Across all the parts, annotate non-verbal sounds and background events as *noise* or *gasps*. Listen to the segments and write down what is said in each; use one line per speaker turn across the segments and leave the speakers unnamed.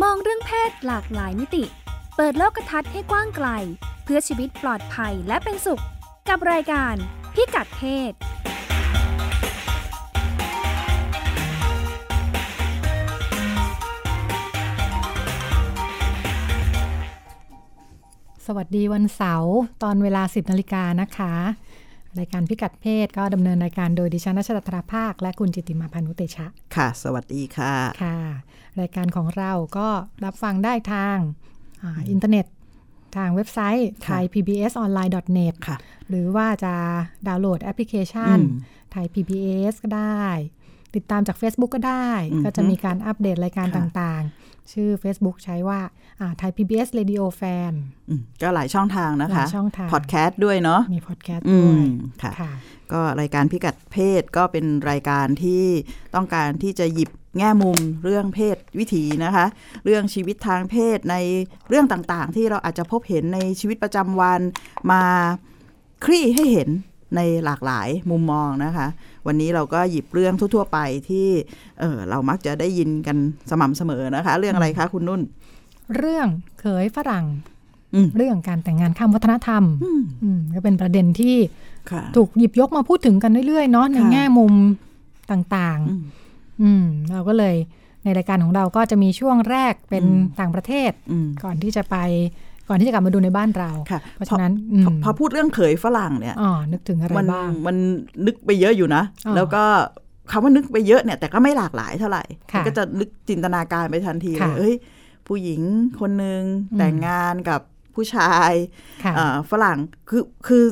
ศหลากหลายมิติ เปิดโลกทัศน์ให้กว้างไกล เพื่อชีวิตปลอดภัยและเป็นสุข กับรายการพิกัดเพศ
สวัสดีวันเสาร์ตอนเวลา 10นาฬิกานะคะ รายการพิกัดเพศก็ดำเนินรายการโดยดิฉันนัชตราภาค และคุณจิตติมาพานุเตชะ
ค่ะ สวัสดีค่ะ
ค่ะ รายการของเราก็รับฟังได้ทางอาอินเทอร์เน็ต ทางเว็บไซต์
ค่ะ
thaipbsonline.net
ค่ะ
หรือว่าจะดาวน์โหลดแอปพลิเคชัน
อืม
ไทย PBS ก็ได้ ติดตามจาก Facebook ก็ได้
อือฮึ
ก็จะมีการอัปเดตรายการ
ค่ะ
ต่างๆ ชื่อ Facebook ใช้ว่าไทย PBS Radio Fan
อืมก็หลายช่องทางนะ
ห
คะ
ลายช่องทาง
พอดแคสต์ด้วยเนาะ
*laughs* มีพอดแคสต์
อื
ด้ว
ม
ย
ค่ะ
ค่ะ
ก็รายการพิกัดเพศก็เป็นรายการที่ต้องการที่จะหยิบแง่มุมเรื่องเพศวิถีนะคะ เรื่องชีวิตทางเพศในเรื่องต่างๆ ที่เราอาจจะพบเห็นในชีวิตประจำวันมาคลี่ให้เห็นในหลากหลายมุมมองนะคะ วันนี้เราก็หยิบเรื่องทั่วๆไปที่เออเรามักจะได้ยินกันสม่ำเสมอนะคะ เรื่องอะไรคะคุณนุ่น
เรื่องเขยฝรั่ง
อืม
เรื่องการแต่งงานข้ามวัฒนธรรม
อืม
อืมก็เป็นประเด็นที่
ค่ะ
ถูกหยิบยกมาพูดถึงกันเรื่อยๆเนาะใน
ค่ะ
แง่มุมต่าง
อืม
ๆ อืมเราก็เลยในรายการของเราก็จะมีช่วงแรกเป็น
อืม
ต่างประเทศ
อืม
ก่อนที่จะไปก่อนที่จะกลับมาดูในบ้านเรา
ค่ะ
เพราะฉะนั้นอืม
พอพอพูดเรื่องเขยฝรั่งเนี่ย
อ๋อนึกถึงอะไร
มั
บ้าง
มันนึกไปเยอะอยู่นะ
อ๋อ
แล้วก็คำว่านึกไปเยอะเนี่ยแต่ก็ไม่หลากหลายเท่าไหร่
ค่ะ
มันก็จะนึกจินตนาการไปทันทีเล
ค่ะ
ยเอ้ยผู้หญิงคนหนึ่ง
อืม
แต่งงานกับผู้ชาย
ค่ะ
เอ่อฝรั่งคือคือ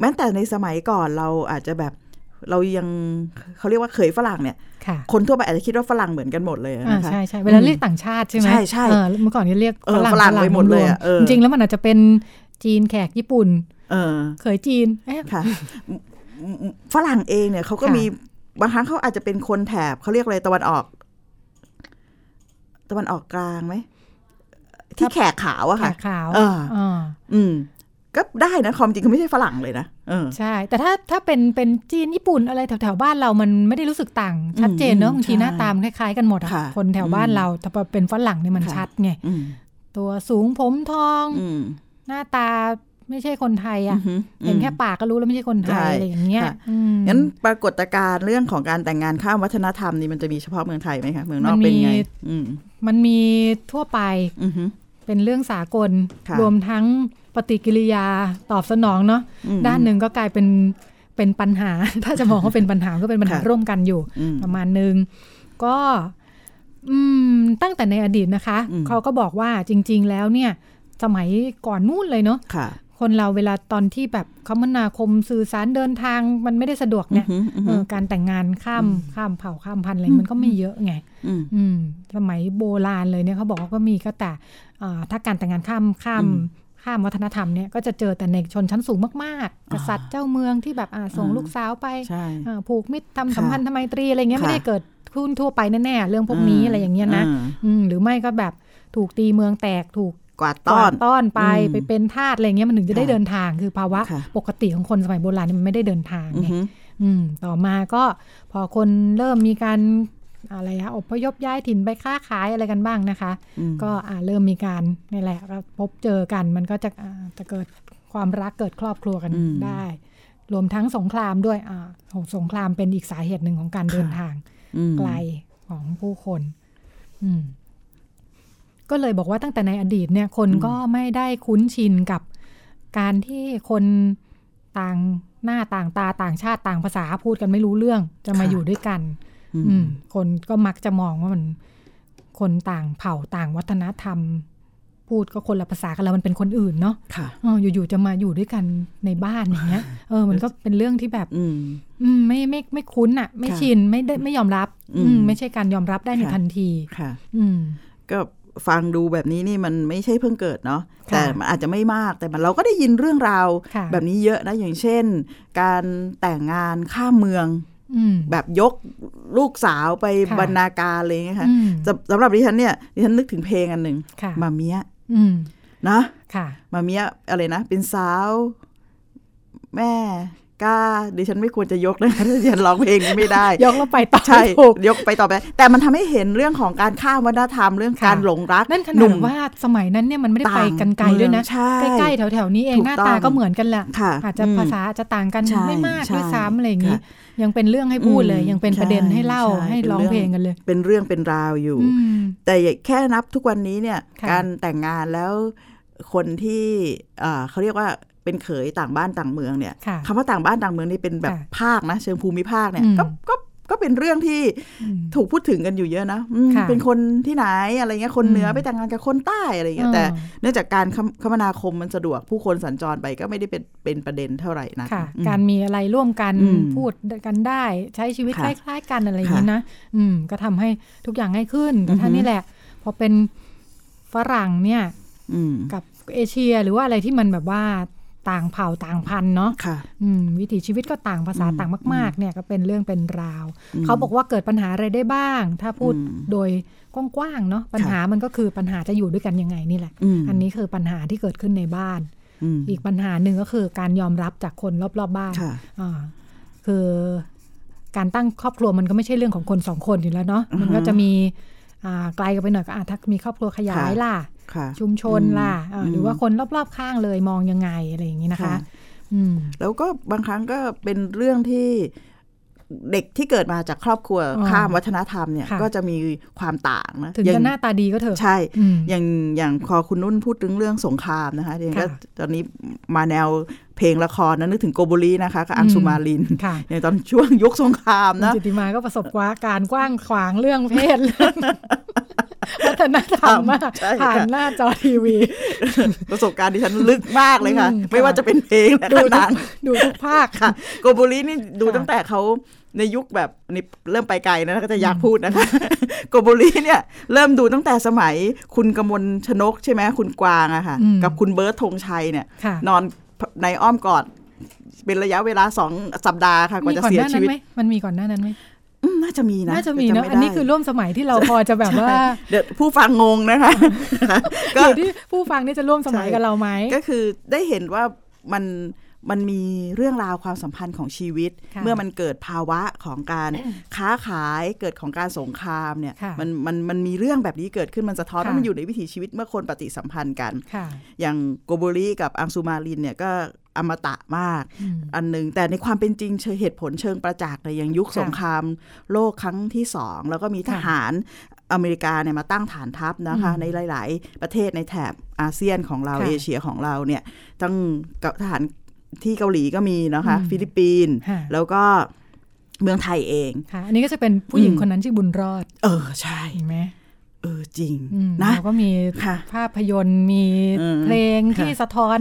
แม้แต่ในสมัยก่อนเราอาจจะแบบเรายังเขาเรียกว่าเขยฝรั่งเนี่ย
ค่ะ
คนทั่วไปอาจจะคิดว่าฝรั่งเหมือนกันหมดเลย
อ่า
นะคะ
ใช่ใช่เวลาเรียกต่างชาติใช่ไหม
ใช่ใช่
เออเมื่อก่อนก็เรียก
เออฝรั่งไปหมดเลยอะเออ
จริงๆแล้วมันอาจจะเป็นจีนแขกญี่ปุ่น
เออ
เขยจีนเอ๊ะ
ค่ะอืมฝรั่งเองเนี่ยเขาก็
ค่ะ
มีบางครั้งเขาอาจจะเป็นคนแถบเขาเรียกอะไรตะวันออก ตะวันออกกลางไหมที่แขกขาวอะ
แข
ค่ะ
กขาว
เออ
เออ
อืม ก็ได้นะความจริงเขาไม่ใช่ฝรั่งเลยนะเออ
ใช่ แต่ถ้าถ้าเป็นเป็นจีนญี่ปุ่นอะไรแถวแถวๆบ้านเรามันไม่ได้รู้สึกต่าง ชัดเจนเนอะ
อืม
บางทีหน้าตามนคล้ายๆกันหมดอะ
ค่ะ
คนแถวบ้านเราแต่พอเป็นฝรั่งเนี่ยมัน
ค่ะ
ชัดไง
อืม
ตัวสูงผมทอง
อืม
หน้าตาไม่ใช่คนไทย
อื
อะ
อหือ
เห็นแค่ปากก็รู้แล้วไม่ใช่คนไท
ใช่
ยอะไรอย่างเงี้ย
ค่ะ
อืม
งั้นปรากฏการณ์เรื่องของการแต่งงานข้ามวัฒนธรรมนี่มันจะมีเฉพาะเมืองไทยไหมคะเมืองนอกเป็นไง อืม
มันมีทั่วไป
อือหือ
เป็นเรื่องสากล
ค่ะ
รวมทั้งปฏิกิริยาตอบสนองเนาะ
อืม
ด้านหนึ่งก็กลายเป็นเป็นปัญหา *laughs* ถ้าจะมองว่าเป็นปัญหาก็เป็นปัญหา
ค่ะ
ร่วมกันอยู่
อืม
ประมาณหนึ่งก็อืมตั้งแต่ในอดีตนะคะ
อืม
เขาก็บอกว่าจริง ๆ แล้วเนี่ย สมัยก่อนนู่นเลยเนาะ
ค่ะ
คนเราเวลาตอนที่แบบคมนาคมสื่อสารเดินทางมันไม่ได้สะดวก
อื
เนี่
อย หืออือ
เอ
หือ
อการแต่งงานข้ามข้ามเผ่าข้ามพันธุ์อะไร
อืม
มันก็ไม่เยอะไง
อืม
อืมสมัยโบราณเลยเนี่ยเขาบอกว่าก็มีก็แต่อ่าถ้าการแต่งงานข้ามข้าม
อืม
ข้ามวัฒนธรรมเนี่ยก็จะเจอแต่ในชนชั้นสูงมากๆ กษัตริย์เจ้าเมืองที่แบบอ่าส่ง
อ่า
ลูกสาวไป
ใช่
อ่าผูกมิตร
ค่ะ
ทำสัมพันธ์ทำไมตรีอะไรเงี้ย
ค่ะ
ไม่ได้เกิดขึ้นทั่วไปแน่ๆเรื่องพวกนี้
อืม
อะไรอย่างเงี้ยนะ
อืม
อืมหรือไม่ก็แบบถูกตีเมืองแตกถูก
กวาดต้
ก
อน
วาดต้อนไป
อืม
ไปเป็นทาสอะไรเงี้ยมันถึงจะได้
ค่ะ
เดินทางคือภาวะ
ค่ะ
ปกติของคนสมัยโบราณเนี่ยมันไม่ได้เดินทาง
อือ
ไง
หือ
อืมต่อมาก็พอคนเริ่มมีการอะไรคะอพยพย้ายถิ่นไปค้าขายอะไรกันบ้างนะคะ
อืม
ก็อ่าเริ่มมีการนี่แหละเราพบเจอกันมันก็จะอ่าจะเกิดความรักเกิดครอบครัวกัน
อืม
ได้ รวมทั้งสงครามด้วยอ่าสงสงครามเป็นอีกสาเหตุหนึ่งของการ
ค่ะ
เดินทาง
อืม
ไกลของผู้คน อืม ก็เลยบอกว่าตั้งแต่ในอดีตเนี่ย คน
อืม
ก็ไม่ได้คุ้นชินกับการที่คนต่างหน้าต่างตาต่างชาติต่างภาษาพูดกันไม่รู้เรื่อง จะมาอยู่ด้วยกัน
อื
อืม
ม
คนก็มักจะมองว่ามันคนต่างเผ่าต่างวัฒนธรรม พูดก็คนละภาษากันแล้วมันเป็นคนอื่นเนาะ
ค่ะ
เอออยู่ๆจะมาอยู่ด้วยกันในบ้านอย่างเงี้ย เออ มันก็เป็นเรื่องที่แบบ
อืม
อืมไม่ไม่ไม่คุ้นอะไม่
ค่ะ
ชินไม่ได้ไม่ยอมรับ
อืม
อืมไม่ใช่การยอมรับได้ใน
ค่ะ
ทันที
ค่ะ
อืม
ก็ฟังดูแบบนี้นี่มันไม่ใช่เพิ่งเกิดเนาะ
ค่ะ
แต่มันอาจจะไม่มากแต่มันเราก็ได้ยินเรื่องราว
ค่ะ
แบบนี้เยอะนะอย่างเช่น การแต่งงานข้ามเมือง
อืม
แบบยกลูกสาวไป
ค่ะ
บรรณาการอะไรอย่างเลยค่ะ
อืม
สำสำหรับดิฉันเนี่ยดิฉันนึกถึงเพลงอันหนึ่ง
ค่ะ
มาเมีย
อืม
นะ
ค่ะ
มาเมียอะไรนะ เป็นสาว แม่ กล้า ดิฉันไม่ควรจะยกนะคะ *laughs* ดิฉันร้องเพลงนี้ไม่ได้
ยกแล้วไปต่อ
ใช่
ไม่ถูก
ยกไปต่อไป แต่มันทำให้เห็นเรื่องของการข้ามวัฒนธรรมเรื่อง
ค่ะ
การหลงรัก
นั่นข
ห
นา
นุ่
ด
ม
ว่าสมัยนั้นเนี่ยมันไม่ได้ไป
ต่าง
กันไกลด้วยนะ
เมืองใช่
ใกล้ๆแถวๆนี้เอง
ถูก
หน้า
ต้อง
ตาก็เหมือนกันแหละ
ค่ะ
อาจจะ
อืม
ภาษาอาจจะต่างกัน
ใช่
ไม่มาก
ใช่
ด้วยซ้ำอะไรอย่างนี้
ค่ะ
ยังเป็นเรื่องให้พูดเลย
อืม
ยังเป็นประเด็นให้เล่า
ใช่
ให้
เป็น
ร้อง
เรื่อง
เพลงกันเลย
เป็นเรื่องเป็นราวอยู่
อืม
แต่อย่าแค่นับทุกวันนี้เนี่ย
ค่ะ
การแต่งงานแล้วคนที่เอ่อเขาเรียกว่าเป็นเขยต่างบ้านต่างเมืองเนี่ย
ค่ะ
คำว่าต่างบ้านต่างเมืองนี่เป็นแบบ
ค่ะ
ภาคนะ เชิงภูมิภาคเนี่ย
อืม
ก็ก็ก็เป็นเรื่องที่
อืม
ถูกพูดถึงกันอยู่เยอะนะอืม
ค่ะ
เป็นคนที่ไหนอะไรเงี้ยคนเหนืออ
ม
ไปแต่งงานกับคนใต้อะไรเงี้ยแต่
เออ
เนื่องจากการคมคมนาคมมันสะดวกผู้คนสัญจรไปก็ไม่ได้เป็นเป็นประเด็นเท่าไหร่นะ
ค่ะ
อืม
การมีอะไรร่วมกัน
อืม
พูดกันได้ ใช้ชีวิตค
ค่ะ
ล้าย ๆ กันอะไรอย่างนี้นะอืมก็ทำให้ทุกอย่างง่ายขึ้น
อือฮึ
ท่านนี่แหละ พอเป็นฝรั่งเนี่ย
อืม
กับเอเชียหรือว่าอะไรที่มันแบบว่าต่างเผ่าต่างพันธุ์เนาะ
ค่ะ
อืมวิถีชีวิตก็ต่างภาษา
อืม
ต่างมาก ๆ เนี่ยก็เป็นเรื่องเป็นราว
อืม
เขาบอกว่าเกิดปัญหาอะไรได้บ้าง ถ้าพูด
อืม
โดยกว้างๆเนาะปัญ
ค่ะ
หามันก็คือปัญหาจะอยู่ด้วยกันยังไงนี่แหละ
ม
อันนี้คือปัญหาที่เกิดขึ้นในบ้าน
อืม
อีกปัญหาหนึ่งก็คือการยอมรับจากคนรอบๆบ้าน
ค่ะ
อ่าคือการตั้งครอบครัวมันก็ไม่ใช่เรื่องของคนสองคนอยู่แล้วเนาะ
อือฮึ
มันก็จะมีอ่าไกลกันไปหน่อยก็อ่ะถ้ามีครอบครัวขยาย
ค่ะ
ล่ะ
ค่ะ
ชุมชนล่ะอ่า
อืม
หรือว่าคนรอบๆข้างเลยมองยังไงอะไรอย่างนี้นะคะ อืม
แล้วก็บางครั้งก็เป็นเรื่องที่เด็กที่เกิดมาจากครอบครัว
อ๋อ
ข้ามวัฒนธรรมเนี่ย
ค่ะ
ก็จะมีความต่างนะ
ถึง
อย่
จะหน้าตาดีก็เถอะ
ใช่
อืม
อย่างอย่างพอคุณนุ่นพูดถึงเรื่องสงครามนะคะเดี๋ยวก็
ค่ะ
ตอนนี้มาแนวเพลงละครนะนึกถึงโกโบุรีนะคะกับอัง
อืม
สุมาลิน
ค่ะ
อย่างตอนช่วงยุคสงคราม
คุณ
นะ
จิตติมาก็ประสบว่าการกว้างขวางเรื่องเพศเรื่องวัฒนธรรมมาก
ใช่
ผ่าน
ค่ะ
หน้าจอทีวี
ประสบการณ์ดิฉันลึกมากเลยค่ะ
อืม
ไม่ว่า
ค่ะ
จะเป็นเพลงและ
ดู
ห
ทุ
นั
ก
ง
ดูทุกภาค *laughs*
ค่ะโกโบรินี่ดู
ค่ะ
ตั้งแต่เขาในยุคแบบนี่เริ่มไปไกลนะก็จะอยากพูดนะคะ *laughs* โกโบริเนี่ยเริ่มดูตั้งแต่สมัยคุณกมลชนกใช่ไหมคุณกวางอะค่ะ กับคุณเบิร์ตธงชัยเนี่ย
ค่ะ
นอนในอ้อมกอด เป็นระยะเวลาสองสัปดาห์ค่ะกว่า
มี
จะ
ก่อน
เสี
ห
ย
น้า
ชี
นั้น
วิต
ไหมมันมีก่อนหน้านั้นไหม
อืมน่าจะมีนะ
น่าจะมี
แต่
เนอะ
จำไ
อันนี้คือร่วมสมัยที่เราพอจะแบบว่า
เดี๋ยวผู้ฟังงงนะคะ
อ
ก็
ยู่ที่ผู้ฟังนี่จะร่วมสมัย
ใช่
กับเราไหม
ก็คือได้เห็นว่ามันมันมีเรื่องราวความสัมพันธ์ของชีวิต
ค่ะ
เมื่อมันเกิดภาวะของ
*coughs*
การ ค้าขายเกิดของการสงครามเนี่ย
ค่ะ
มันมันมันมีเรื่องแบบนี้เกิดขึ้นมันสะท้อน
ค่ะ
ว่ามันอยู่ในวิถีชีวิตเมื่อคนปฏิสัมพันธ์กัน
ค่ะ
อย่างโกโบริกับอังสุมาลินเนี่ยก็อมตะมาก
อืม
อันหนึ่งแต่ในความเป็นจริงเชิงเหตุผลเชิงประจักษ์ในยอย่างยุค
ค่ะ
สงครามโลกครั้งที่สองแล้วก็มีทหารอเมริกาเนี่ยมาตั้งฐานทัพนะคะ
อืม
ในหลาย ๆ ประเทศในแถบอาเซียนของเรา
ค่ะ
เอเชียของเราเนี่ยตั้งกับทหารที่เกาหลีก็มีนะคะ
อืม
ฟิลิปปินส์
ค่ะ
แล้วก็เมืองไทยเอง
ค่ะ อันนี้ก็จะเป็นผู้หญิง
อืม
คนนั้นชื่อบุญรอด
เออใช่
เห็นไหม
เออจริง
อืม
นะ
เราก็มี
ค่ะ
ภาพยนตร์มี
อืม
เพลงที่
ค่ะ
สะท้อน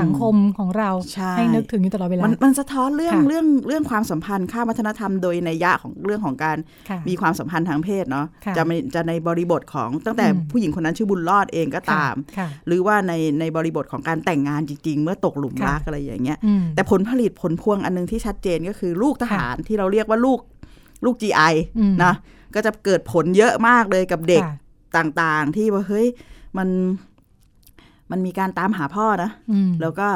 สังคมของเรา
ใช่
นึกถึงอยู่ตลอดเวลา
มันมันสะท้อนเรื่อง
ค่ะ
เรื่องเรื่องความสัมพันธ์ข้ามวัฒนธรรมโดยในยยะของเรื่องของการ
ค่ะ
มีความสัมพันธ์ทางเพศเนาะ
ค่ะ
จะไม่จะในบริบทของตั้งแต่
อืม
ผู้หญิงคนนั้นชื่อบุญรอดเองก็
ค่ะ
ตาม
ค่ะ
หรือว่าในในบริบทของการแต่งงานจริง ๆ เมื่อตกหลุม
ค่ะ
รักอะไรอย่างเงี้ย
อืม
แต่ผลผลิตผลพวงอันนึงที่ชัดเจนก็คือลูกทหารที่เราเรียกว่าลูกลูก GI
อืม
นะก็จะเกิดผลเยอะมากเลยกับเด็ก
ค่ะ
ต่างๆ ที่ว่าเฮ้ยมันมันมีการตามหาพ่อนะ
อืม
แล้วก็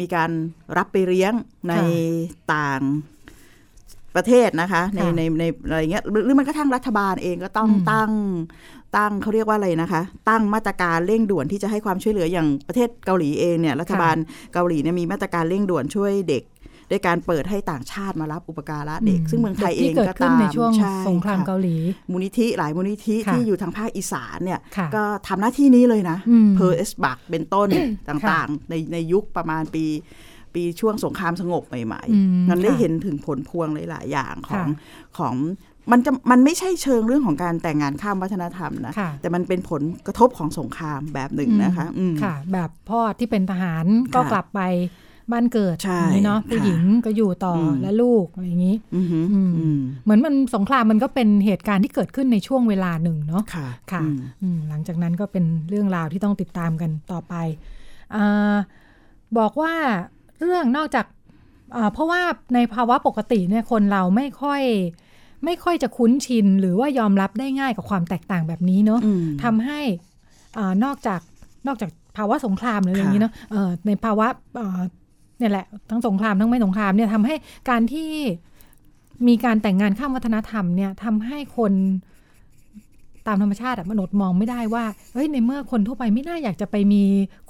มีการรับไปเลี้ยงใน
ค่ะ
ต่างประเทศนะคะ ใน
ค่ะ
ในในอะไรเงี้ยหรือหรือมันกระทั่งรัฐบาลเองก็ต้อง
อืม
ตั้งตั้งเขาเรียกว่าอะไรนะคะ ตั้งมาตรการเร่งด่วนที่จะให้ความช่วยเหลืออย่างประเทศเกาหลีเองเนี่ยรัฐบาลเกาหลีเนี่ยมีมาตรการเร่งด่วนช่วยเด็กด้วยการเปิดให้ต่างชาติมารับอุปการะเด็ก ซึ่งเมืองไทยเอ
ที่
ง
เกิด
ก็
ขึ้น
ตาม
ในช่วง
ใช่
สงคราม
ะ
เกาหลี
มูลนิธิหลายมูลนิธิ
ค่ะ
ที่อยู่ทางภาคอีสานเนี่ย
ค่ะ
ก็ทำหน้าที่นี้เลยนะ
อืม
เพอร์เอสบักเป็นต้น ต่างๆ ในในยุคประมาณปีปีช่วงสงครามสงบใหม่
อืม
ๆ นั้นได้
ค่ะ
เห็นถึงผลพวงหลายๆอย่างของ
ค่ะ
ของมันจะมันไม่ใช่เชิงเรื่องของการแต่งงานข้ามวัฒนธรรมนะ
ค่ะ
แต่มันเป็นผลกระทบของสงครามแบบหนึ่งนะคะอืม
ค่ะ แบบพ่อที่เป็นทหารก็
ค่ะ
กลับไปบ้านเกิด
ใช่
อย่างนี้เนาะผู้
ค่ะ
หญิงก็อยู่ต่ออ
ม
และลูกอะไรอย่างนี้
อือหืออืม
เหมือนมันสงครามมันก็เป็นเหตุการณ์ที่เกิดขึ้นในช่วงเวลาหนึ่งเนาะ
ค่ะ
ค่ะ
อืม
อืมหลังจากนั้นก็เป็นเรื่องราวที่ต้องติดตามกันต่อไปอาบอกว่าเรื่องนอกจากอ่าเพราะว่าในภาวะปกติเนี่ยคนเราไม่ค่อย ไม่ค่อยจะคุ้นชิน หรือว่ายอมรับได้ง่ายกับความแตกต่างแบบนี้เนาะ
อืม
ทำให้อานอกจากนอกจากภาวะสงครามหรืออะไรอย่างนี้เนาะเอ่อในภาวะเอ่อ เนี่ยแหละทั้งสงครามทั้งไม่สงครามเนี่ยทำให้การที่มีการแต่งงานข้ามวัฒนธรรมเนี่ยทำให้คนตามธรรมชาติอะมนุษย์มองไม่ได้ว่าเฮ้ยในเมื่อคนทั่วไปไม่น่าอยากจะไปมี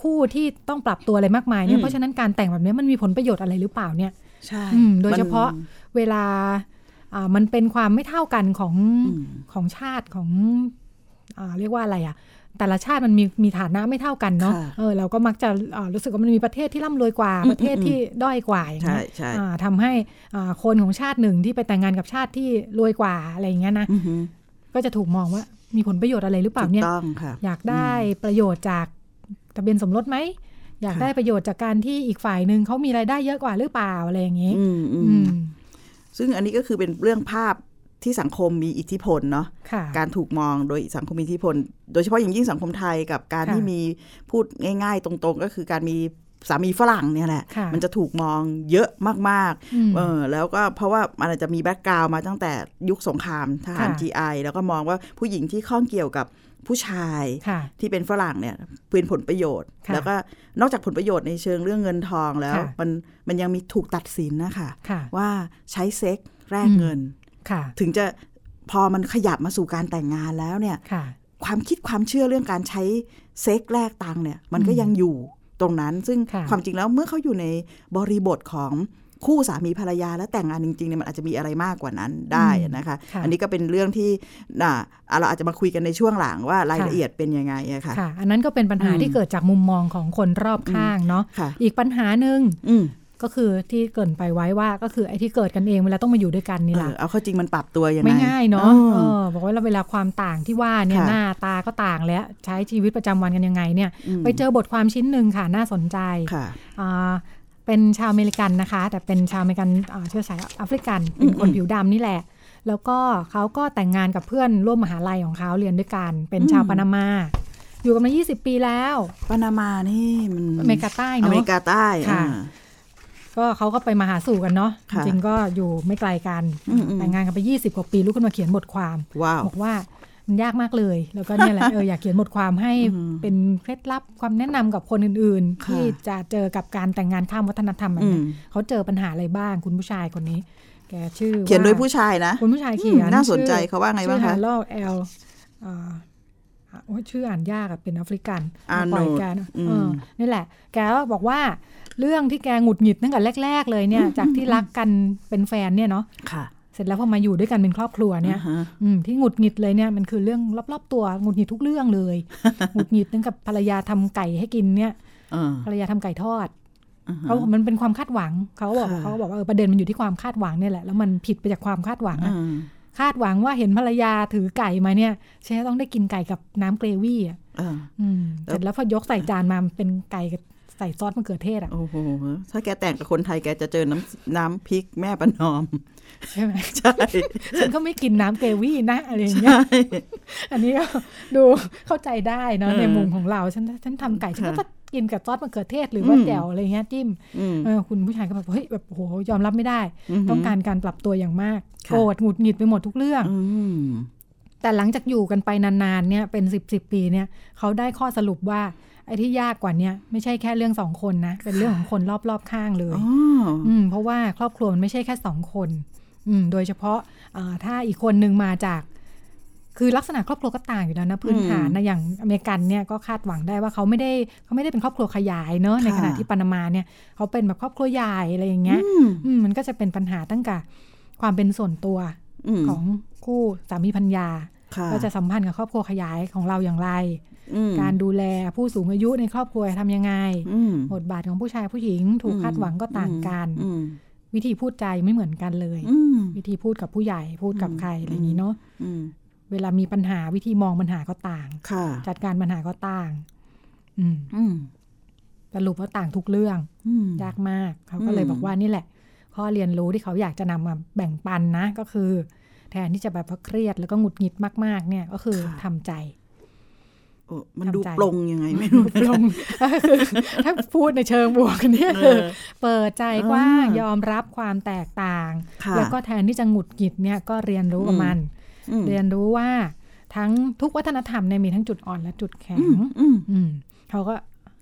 คู่ที่ต้องปรับตัวอะไรมากมายเนี่ย
อืม
เพราะฉะนั้นการแต่งแบบเนี้ยมันมีผลประโยชน์อะไรหรือเปล่าเนี่ย
ใช่
อืมโดยเฉพาะ
มัน
เวลาอ่ามันเป็นความไม่เท่ากันของ
อืม
ของชาติของอาเรียกว่าอะไรอะ่ะ แต่ละชาติมันมีมีฐานะไม่เท่ากันเนาะ
ค่ะ
เออเราก็มักจะอ่ารู้สึกว่ามันมีประเทศที่ร่ำรวยกว่า
อืม
ประเทศ
อืม
ที่ด้อยกว่าอย่าง
ใช่
เงี้ย
ใช่
อ่าทำให้อ่าคนของชาติหนึ่งที่ไปแต่งงานกับชาติที่รวยกว่าอะไรอย่างเงี้ยนะ
อือหือ
ก็จะถูกมองว่ามีผลประโยชน์อะไรหรือเปล่า
ถูก
เนี่ย
ต้องค่ะ
อยากได้ประโยชน์จากทะเบียนสมรสไหมอยาก
ค่ะ
ได้ประโยชน์จากการที่อีกฝ่ายหนึ่งเขามีรายได้เยอะกว่าหรือเปล่าอะไรอย่างเงี้ย
อืมอื
อื
ม
ม
ซึ่งอันนี้ก็คือเป็นเรื่องภาพที่สังคมมีอิทธิพลเนาะ
ค่ะ
การถูกมองโดยสังคมมีอิทธิพล โดยเฉพาะอย่างยิ่งสังคมไทยกับการ
ค่ะ
ที่มีพูดง่าย ๆ ตรงๆ ก็คือการมีสามีฝรั่งเนี่ยแหละ
ค่ะ
มันจะถูกมองเยอะมาก
อืม
ๆเออแล้วก็เพราะว่ามันอาจจะมีแบ็กกราวมาตั้งแต่ยุคสงครามทหาร
ค่ะ
GI แล้วก็มองว่าผู้หญิงที่ข้องเกี่ยวกับผู้ชาย
ค่ะ
ที่เป็นฝรั่งเนี่ยเป็นผลประโยชน์
ค่ะ
แล้วก็นอกจากผลประโยชน์ในเชิงเรื่องเงินทองแล้ว
ค่ะ
มันมันยังมีถูกตัดสินนะคะ
ค่ะ
ว่าใช้เซ็กแลกเงิน
ค่ะ
ถึงจะพอมันขยับมาสู่การแต่งงานแล้วเนี่ย
ค่ะ
ความคิดความเชื่อเรื่องการใช้เซ็กแลกตังค์เนี่ย มันก็
อืม
ยังอยู่ตรงนั้น ซึ่ง
ค่ะ
ความจริงแล้วเมื่อเขาอยู่ในบริบทของคู่สามีภรรยาและแต่งงานจริงๆเนี่ยมันอาจจะมีอะไรมากกว่านั้นได้นะคะ
ค่ะ
อันนี้ก็เป็นเรื่องที่น่ะอ่ะเราอาจจะมาคุยกันในช่วงหลังว่าราย
ค่ะ
ละเอียดเป็นยังไงอะค่ะ
ค่ะ อันนั้นก็เป็นปัญหา
อืม
ที่เกิดจากมุมมองของคนรอบข้างเนาะ
ค่ะ
อีกปัญหาหนึ่ง
อืม
ก็คือที่เกรินไปไว้ว่าก็คือไอ้ที่เกิดกันเองเวลาต้องมาอยู่ด้วยกันนี่
เอ
แหละ
อเอาเข้าจริงมันปรับตัวยังไง
ไม่ง่ายเนาะ
ออ
เออบอกว่าเวลาความต่างที่ว่าเนี่ย
ค่ะ
หน้าตาก็ต่างแล้วใช้ชีวิตประจำวันกันยังไงเนี่ย
ม
ไปเจอบทความชิ้นหนึ่งค่ะน่าสนใจ
ค่ะ
อ่าเป็นชาวอเมริกันนะคะ แต่เป็นชาวอเมริกันอ่าเชื้อสายแอฟริกันเป็นคน
อืม
ผิวดำนี่แหละ แล้วก็เขาก็แต่งงานกับเพื่อนร่วมมหาลัยของเขาเรียนด้วยกัน เป็น
อืม
ชาวปานามา อยู่กันมา 20 ปีแล้ว
ปานามานี่มัน
อเมริกาใต้เน
อ
อะ
เมริกาใต้
ค่ะ
อ่า
ก็เขาก็ไปมาหาสู่กันเนาะจ
ค่ะ
ริงๆก็อยู่ไม่ไกลกัน
อืมๆ
แต่งงานกันไป 20 กว่าปีลูกขึ้นมาเขียนบทความ
ว้าว
บอกว่ามันยากมากเลย แล้วก็
*laughs*
เนี่ยแหละ เอออยากเขียนบทความให้
อืม
เป็นเคล็ดลับความแนะนำกับคนอื่นๆ
ค่ะ
ที่จะเจอกับการแต่งงานข้ามวัฒนธรรมแบบ
อื
เนี้
ม
ยเขาเจอปัญหาอะไรบ้างคุณผู้ชายคนนี้ แกชื่อว่า
เขียนโดยผู้ชายนะ
คุณผู้ชายเขียน
อืมน่าสนใจ
ชื่อ
เขาว่าไงบ้า
ชื่
ง
อ
คะ
ฮาร์ลอแอลอ่าอ่ะโอ้ยชื่ออ่านยากอะเป็นแอฟริกัน
อาร์โน
ปล่ย
ด
แกนะ
อืม
เออนี่แหละ แกก็บอกว่าเรื่องที่แกหงุดหงิดตั้งแต่แรก ๆ เลยเนี่ย จากที่รักกันเป็นแฟนเนี่ยเนาะ
ค่ะ
เสร็จแล้วพอมาอยู่ด้วยกันเป็นครอบครัวเนี่ย
*laughs* อ่าฮะ
อืมที่หงุดหงิดเลยเนี่ยมันคือเรื่องรอบๆตัวหงุดหงิดทุกเรื่องเลย หงุดหงิดตั้งกับภรรยาทำไก่ให้กินเนี่ย
เออ
ภรรยาทำไก่ทอด
อือฮะ
เขาบอกมันเป็นความคาดหวังเขาบอก
ค่ะ
เขาบอกว่าเออประเด็นมันอยู่ที่ความคาดหวังเนี่ยแหละแล้วมันผิดไปจากความคาดหวังอะ
อืม
คาดหวังว่าเห็นภรรยาถือไก่มาเนี่ยเชฟต้องได้กินไก่กับน้ำเกรวี่อ่ะ
เออ
อืมเส
แล้ว
ร็จแล้วพอยกใส่จานมามันเป็นไก่กับใส่ซอสมะเขือเทศ
*laughs*
อ่ะ
โอ้โห ถ้าแกแต่งกับคนไทยแกจะเจอน้ำน้ำพริกแม่ประนอม *laughs*
ใช่ไหม
ใช่
ฉันก็ไม่กินน้ำเกรวี่นะ *laughs* อะไรอย่างเงี้ย
*laughs* ใช่
อันนี้ก็ *laughs* ดูเข้าใจได้เนอะ
เออ
ในมุมของเราฉันฉันทำไก่ฉันก็จะ
ค่ะ
กินกับซอสมะเขือเทศหรือว่า
อืม
แจ่วอะไรเงี้ยจิ้ม
อืม
เออคุณผู้ชายก็แบบเฮ้ยแบบโหยอมรับไม่ได้
ม
ต้องการการปรับตัวอย่างมาก
ค่ะ
โกรธหงุดหงิดไปหมดทุกเรื่อง
อืม
แต่หลังจากอยู่กันไปนานๆเนี่ยเป็น 10บสปีเนี่ยเขาได้ข้อสรุปว่าไอ้ที่ยากกว่าเนี้ยไม่ใช่แค่เรื่องสองคนนะเป็นเรื่องของคนรอบๆข้างเลย
อ๋อ
อืมเพราะว่าครอบครัวมันไม่ใช่แค่สองคนอืมโดยเฉพาะอ่าถ้าอีกคนนึงมาจาก คือลักษณะครอบครัวก็ต่างอยู่แล้วนะพื้นฐานนะอย่างอเมริกันเนี่ยก็คาดหวังได้ว่าเขาไม่ได้เขาไม่ได้เป็นครอบครัวขยายเนอะในขณะที่ปานามาเนี่ยเขาเป็นแบบครอบครัวใหญ่อะไรอย่างเงี้ย
อืม
อืมมันก็จะเป็นปัญหาตั้งแต่ความเป็นส่วนตัว
อืม
ของคู่สามีภรรยา
ค่ะ
ว่าจะสัมพันธ์กับครอบครัวขยายของเราอย่างไร
อืม
การดูแลผู้สูงอายุในครอบครัวทำยังไง
อืม
บทบาทของผู้ชายผู้หญิง ถูกคาดหวังก็ต่างกัน
อืม
วิธีพูดใจไม่เหมือนกันเลย
อืม
วิธีพูดกับผู้ใหญ่พูดกับ
อืม
ใครอะไร
อืม
อย่างนี้เนาะ
อืม
เวลามีปัญหาวิธีมองปัญหาก็ต่าง
ค่ะ
จัดการปัญหาก็ต่าง อืม
อืม
สรุปว่าต่างทุกเรื่อง
อืม
ยากมากเขาก็เลย
อืม
บอกว่านี่แหละ ข้อเรียนรู้ที่เขาอยากจะนำมาแบ่งปันนะ ก็คือ แทนที่จะแบบว่าเครียดแล้วก็หงุดหงิดมากๆ เนี่ย ก็คือทำใจ
โอ้มันดู
ทำใจ
ปรงยังไงไม่รู้นะ
ล
*laughs*
งคือถ้าพูดในเชิงบวกเนี่ยคือเปิดใจกว้าง
อ่าย
ยอมรับความแตกต่าง
ค่ะ
แล้วก็แทนที่จะหงุดหงิดเนี่ยก็เรียนรู้กับ
อืม
มัน
อืม
เรียนรู้ว่าทั้งทุกวัฒนธรรมเนี่ยมีทั้งจุดอ่อนและจุดแข็ง
อืมอืม
อืมเขาก็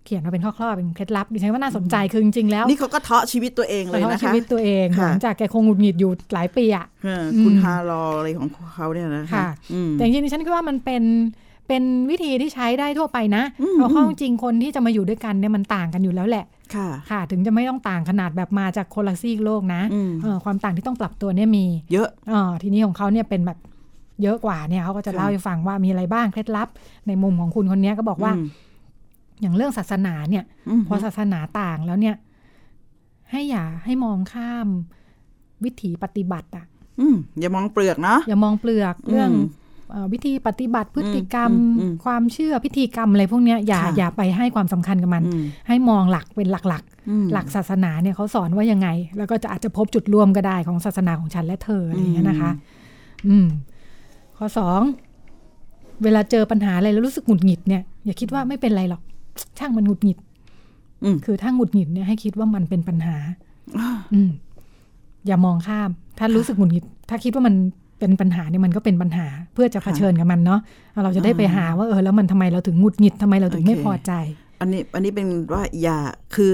เขียนมาเป็นข้อๆเป็นเคล็ดลับดิฉันว่าน่าสนใจคือจริงๆแล้ว
นี่เขาก็เทาะชีวิตตัวเองเลย
เฉพาะ
นะ
ชี
คะ
วิตตัวเองห
ค่ะ
ลังจากแกคงหงุดหงิดอยู่หลายปีอะ
เออคุณ
อืม
ฮารออะไรของเขาเนี่ยนะคะ
ค่ะ
อืม
แต่จริงๆดิฉันคิดว่ามันเป็นเป็นวิธีที่ใช้ได้ทั่วไปนะ
อืม
เพราะข้อจริงคนที่จะมาอยู่ด้วยกันเนี่ยมันต่างกันอยู่แล้วแหละ
ค่ะ
ค่ะ ถึงจะไม่ต้องต่างขนาดแบบมาจากคนละซีกโลกนะ
อืม
เออความต่างที่ต้องปรับตัวเนี่ยมี
เยอะ
เออทีนี้ของเขาเนี่ยเป็นแบบเยอะกว่าเนี่ยเขาก็จะ
ค่ะ
เล่าให้ฟังว่ามีอะไรบ้างเคล็ดลับ ในมุมของคุณคนเนี้ยก็บอกว่า
ม
อย่างเรื่องศาสนาเนี่ย
อืม
พอศาสนาต่างแล้วเนี่ย ให้อย่าให้มองข้ามวิถีปฏิบัติอะ
อืมอย่ามองเปลือกเนาะ
อย่ามองเปลือกเรื่อง
อืม
เออวิธีปฏิบัติพฤติกรรม
อืมอืม
ความเชื่อพิธีกรรมอะไรพวกเนี้ยอย่า
ค่ะ
อย่าไปให้ความสำคัญกับมัน
อืม
ให้มองหลักเป็นหลัก ๆ
อืม
หลักศาสนาเนี่ยเขาสอนว่ายังไง แล้วก็จะอาจจะพบจุดร่วมก็ได้ของศาสนาของฉันและเธออะไรอย่างเงี้ยนะคะ อืม ข้อสองเวลาเจอปัญหาอะไรแล้วรู้สึกหงุดหงิดเนี่ยอย่าคิดว่าไม่เป็นไรหรอก ช่างมันหงุดหงิด
อืม
คือถ้าหงุดหงิดเนี่ยให้คิดว่ามันเป็นปัญ
*gasps*
หา อืม อย่ามองข้าม ถ้ารู้สึกหงุดหงิด ถ้าคิดว่ามันเป็นปัญหาเนี่ยมันก็เป็นปัญหา เพื่อจะเผชิญกับมันเนาะเราจะได้ไปหาว่าเออแล้วมันทำไมเราถึงหงุดหงิดทำไมเราถึงไม่พอใจ
อันนี้อันนี้เป็นว่าอย่าคือ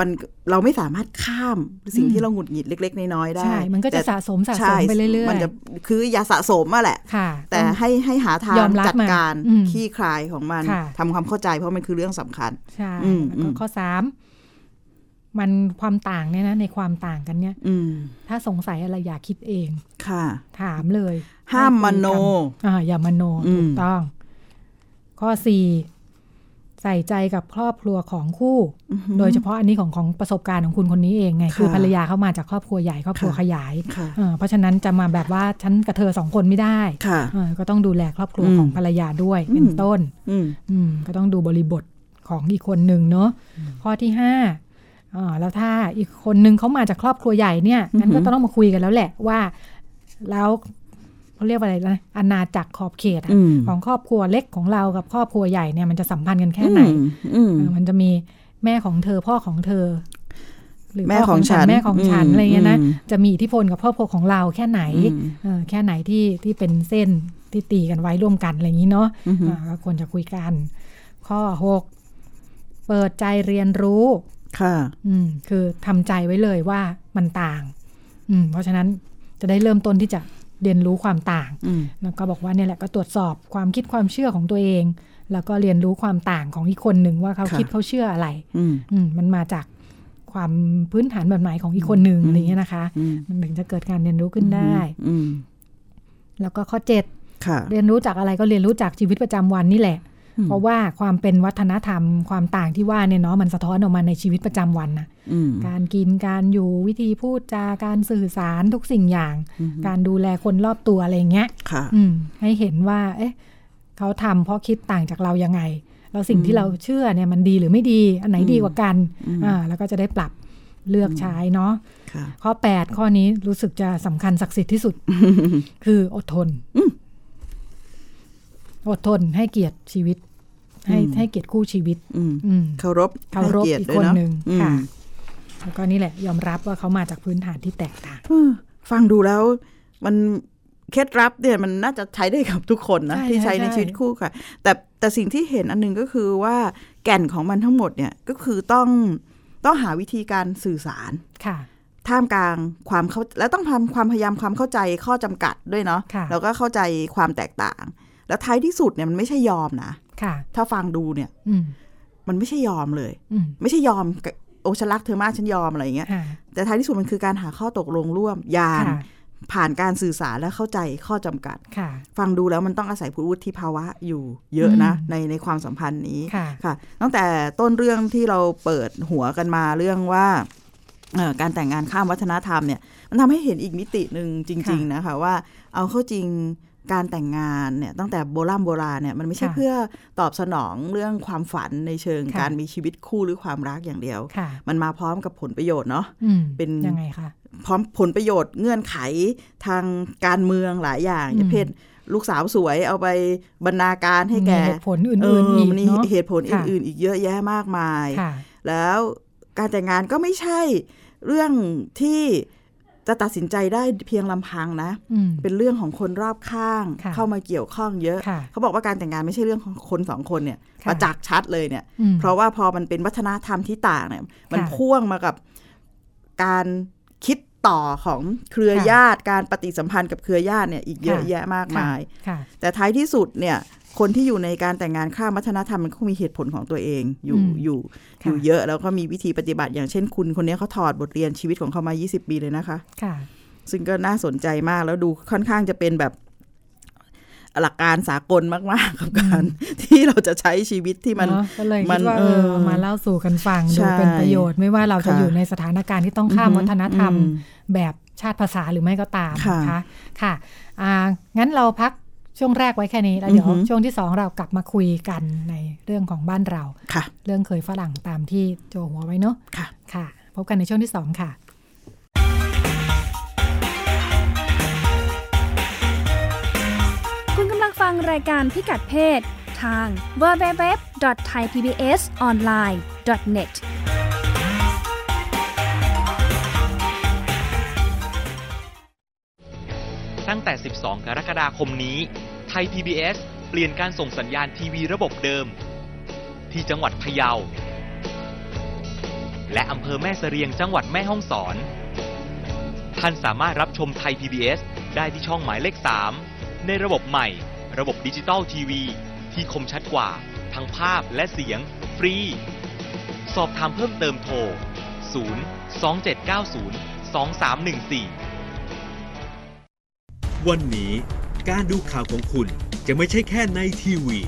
มันเราไม่สามารถข้ามสิ่ง
อืม
ที่เราหงุดหงิดเล็ก ๆ น้อยๆได้
ใช่ มันก็จะ
แต่
สะสมสะส
ใช่
มไปเรื่อยๆ
มันจะคืออย่าสะสมมาแหละ
ค่ะ
แต่
อง
ให้ให้หาทาง
ยอมรับ
จัด
มัน
การ
อืม
ขี้คลายของมัน
ค่ะ
ทำความเข้าใจเพราะมันคือเรื่องสำคัญ
ใช่
อืม
แล้ว
อื
ก็
ม
ข้อสามมันความต่างเนี่ยนะ ในความต่างกันเนี่ย
อืม
ถ้าสงสัยอะไรอย่าคิดเอง
ค่ะ
ถามเลย
ห้ามมโน
ให้คุยกันอ่าอย่ามโน
อืม
ถูกต้อง ข้อสี่ใส่ใจกับครอบครัวของคู่
อื้อหือ
โดยเฉพาะอันนี้ของของประสบการณ์ของคุณคนนี้เองไง
ค่ะ
คือภรรยาเข้ามาจากครอบครัวใหญ่ครอบครัว
ค่ะ
ขยาย
ค่ะ
เออเพราะฉะนั้นจะมาแบบว่าฉันกับเธอสองคนไม่ได้
ค่ะ
เออก็ต้องดูแลครอบครัว
อืม
ของภรรยาด้วยเป็น
อืม
ต้น
อืม
อืมก็ต้องดูบริบทของอีกคนหนึ่งเนาะข้อที่ห้าอ่าแล้วถ้าอีกคนหนึ่งเขามาจากครอบครัวใหญ่เนี่ยงั้นก็
อือหือ
ต้องมาคุยกันแล้วแหละว่า แล้วเขาเรียกว่าอะไรนะอาณาจักรขอบเขตอะ
อืม
ของครอบครัวเล็กของเรากับครอบครัวใหญ่เนี่ยมันจะสัมพันธ์กันแค่ไหน
อืม
เออมันจะมีแม่ของเธอพ่อของเธอ หรือ
แม่
พ่
ของฉัน
แม่ของฉัน
อืม
อะไรเงี้ยนะ
อืม
จะมีอิทธิพลกับครอบครัวของเราแค่ไหนเออแค่ไหนที่ที่เป็นเส้นที่ตีกันไว้ร่วมกันอะไรอย่างนี้เนาะ
อืม
อ่าก็ควรจะคุยกัน ข้อ 6 เปิดใจเรียนรู้
ค่ะ
อืมคือทำใจไว้เลยว่ามันต่าง อืมเพราะฉะนั้นจะได้เริ่มต้นที่จะเรียนรู้ความต่าง
อืม
แล้วก็บอกว่าเนี่ยแหละก็ตรวจสอบความคิดความเชื่อของตัวเอง แล้วก็เรียนรู้ความต่างของอีกคนหนึ่งว่าเขา
ค่ะ
คิดเขาเชื่ออะไร
อืม
อืมมันมาจากความพื้นฐานแบบไหนของอีกคนหนึ่งอะไรอย่างเงี้ยนะคะ
อืม
มันถึงจะเกิดการเรียนรู้ขึ้นได้
อืม
แล้วก็ข้อเจ็ด
ค่ะ
เรียนรู้จากอะไรก็เรียนรู้จากชีวิตประจำวันนี่แหละ
อืม
เพราะว่าความเป็นวัฒนธรรมความต่างที่ว่าเนี่ยเนาะมันสะท้อนออกมาในชีวิตประจำวันนะ
อืม
การกินการอยู่วิธีพูดจาการสื่อสารทุกสิ่งอย่าง
อือฮึ
การดูแลคนรอบตัวอะไรอย่างเงี้ย
ค่ะ
อืม ให้เห็นว่า เอ๊ะเขาทำเพราะคิดต่างจากเรายังไง แล้วสิ่งที่เราเชื่อเนี่ยมันดีหรือไม่ดี อันไหนดีกว่ากัน
อืม
อ่าแล้วก็จะได้ปรับเลือกใช้เนาะ
ค่ะ
ข้อ 8 ข้อนี้รู้สึกจะสำคัญศักดิ์สิทธิ์ที่
*laughs*
สุด คืออดทน
อืม
อดทนให้เกียรติชีวิต ให้
อืม
ให้เกียรติคู่ชีวิต
อืม
อืม
เคารพ
เคารพ
ให้กียรติ
อีกคน
ด้วยเอะ
หนึ่ง
อืม
ค่ะ แล้วก็นี่แหละยอมรับว่าเขามาจากพื้นฐานที่แตกต่าง
เออฟังดูแล้ว มันเคล็ดลับเนี่ยมันน่าจะใช้ได้กับทุกคนนะ ที่ใช้ในชีวิตคู่ค่ะ แต่แต่สิ่งที่เห็นอันหนึงก็คือว่าแก่นของมันทั้งหมดเนี่ยก็คือต้องต้องหาวิธีการสื่อสาร
ค่ะ
ท่ามกลางความเข้าและต้องทำความพยายามความเข้าใจข้อจำกัดด้วยเนาะ
ค่ะ
แล้วก็เข้าใจความแตกต่าง แล้วท้ายที่สุดเนี่ยมันไม่ใช่ยอมนะ
ค่ะ
ถ้าฟังดูเนี่ย
อืม
มันไม่ใช่ยอมเลย
อืม
ไม่ใช่ยอมกับโอฉันรักเธอมากฉันยอมอะไรอย่างเงี้ย
ค่ะ
แต่ท้ายที่สุดมันคือการหาข้อตกลงร่วมยาน
ค่ะ
ผ่านการสื่อสารและเข้าใจข้อจำกัด
ค่ะ
ฟังดูแล้วมันต้องอาศัยพุทธิภาวะอยู่เยอะนะ
อืม
ในในความสัมพันธ์นี้
ค่ะ
ค่ะ ตั้งแต่ต้นเรื่องที่เราเปิดหัวกันมาเรื่องว่าเอ่อการแต่งงานข้ามวัฒนธรรมเนี่ย มันทำให้เห็นอีกมิติหนึ่งจริง ๆ นะคะว่า เอาเข้าจริงการแต่งงานเนี่ยตั้งแต่โบราณโบราณเนี่ยมันไม่ใช่
ค่ะ
เพื่อตอบสนองเรื่องความฝันในเชิง
ค่ะ
การมีชีวิตคู่หรือความรักอย่างเดียว
ค่ะ
มันมาพร้อมกับผลประโยชน์เนาะ
อืม
เป็น
ยังไงคะ
พร้อมผลประโยชน์เงื่อนไขทางการเมืองหลายอย่าง
อืม
อย่างเช่นลูกสาวสวยเอาไปบรรณาการให้แก
มีเหตุผลอ
เอื่
นๆอีก
มันมี
เนาะ
เหตุผล
ค่ะ
อื่นๆ อีกเยอะแยะมากมาย
ค่ะ
แล้วการแต่งงานก็ไม่ใช่เรื่องที่ จะตัดสินใจได้เพียงลำพังนะ
อืม
เป็นเรื่องของคนรอบข้าง
ค่ะ
เข้ามาเกี่ยวข้องเยอะ
ค่ะ
เขาบอกว่าการแต่งงานไม่ใช่เรื่องของคนสองคนเนี่ย
ค่ะ
ประจักษ์ชัดเลยเนี่ย
อืม
เพราะว่าพอมันเป็นวัฒนธรรมที่ต่างเนี่ย มัน
ค่ะ
พ่วงมากับการคิดต่อของเครือ
ค่ะ
ญาติ การปฏิสัมพันธ์กับเครือญาติเนี่ยอีกเยอะ
ค่ะ
แยะมาก
ค่ะ
มาย
ค่ะ
แต่ท้ายที่สุดเนี่ยคนที่อยู่ในการแต่งงานข้ามวัฒนธรรมมันก็มีเหตุผลของตัวเอง อยู่
อืม
อยู่
ค่ะ
อยู่เยอะแล้วก็มีวิธีปฏิบัติอย่างเช่นคุณคนนี้เขาถอดบทเรียนชีวิตของเขามา 20 ปีเลยนะคะ
ค่ะ
ซึ่งก็น่าสนใจมากแล้วดูค่อนข้างจะเป็นแบบหลักการสากลมาก ๆ กับการ *laughs* ที่เราจะใช้ชีวิตที่มัน
เอะก็เลย
มั
คิ
น
ดว่าเอ
เอ
อ
อ
เอามาเล่าสู่กันฟัง
ใช่
ดูเป็นประโยชน์ไม่ว่าเราจะ
ค่ะ
อยู่ในสถานการณ์ที่ต้องข้าม
อือฮึ
วัฒนธรรม
อืม
แบบชาติภาษาหรือไม่ก็ตาม
ค่ะ
นะคะค่ะอ่างั้นเราพักช่วงแรกไว้แค่นี้แล้วเดี๋ยว
อือฮึ
ช่วงที่สองเรากลับมาคุยกันในเรื่องของบ้านเรา
ค่ะ
เรื่องเคยฝรั่งตามที่โจหัวไว้เนอะ
ค่ะ
ค่ะ พบกันในช่วงที่สองค่ะ
คุณกำลังฟังรายการพิกัดเพศ ทาง www.thaipbsonline.net
ตั้งแต่ 12 กรกฎาคมนี้ ไทย PBS เปลี่ยนการส่งสัญญาณทีวีระบบเดิม ที่จังหวัดพะเยา และอำเภอแม่เสรียงจังหวัดแม่ฮ่องสอน ท่านสามารถรับชมไทย PBS ได้ที่ช่องหมายเลข 3 ในระบบใหม่ ระบบดิจิตอลทีวี ที่คมชัดกว่า ทั้งภาพและเสียง ฟรี สอบถามเพิ่มเติมโทร 02790 2314
วันนี้การดูข่าวของคุณจะไม่ใช่แค่ในทีวี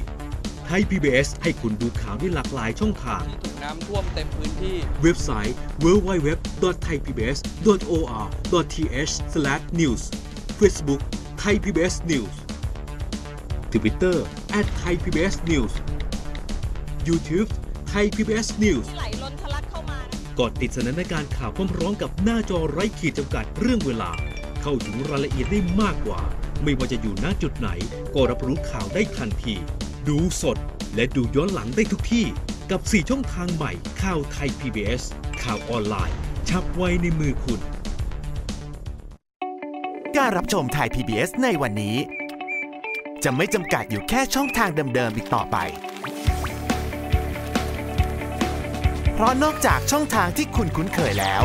ไทย PBS ให้คุณดูข่าวได้หลากหลายช่องทาง
ถูกน้ำท่วมเต็มพื้นที่
เว็บไซต์ www.thaipbs.or.th/news Facebook Thai PBS News Twitter @thaipbsnews YouTube Thai PBS News
ไหลล้นทะลักเข้ามา
กดติดสนันในการข่าวพร้อมร้องกับหน้าจอไร้ขีดจำกัดเรื่องเวลา เข้าถึงรายละเอียดได้มากกว่า ไม่ว่าจะอยู่ณจุดไหน ก็รับรู้ข่าวได้ทันที ดูสดและดูย้อนหลังได้ทุกที่ กับ 4 ช่องทางใหม่ข่าวไทย PBS ข่าวออนไลน์ ชับไว้ในมือคุณ
การรับชมไทย PBS ในวันนี้ จะไม่จำกัดอยู่แค่ช่องทางเดิมๆอีกต่อไป เพราะนอกจากช่องทางที่คุณคุ้นเคยแล้ว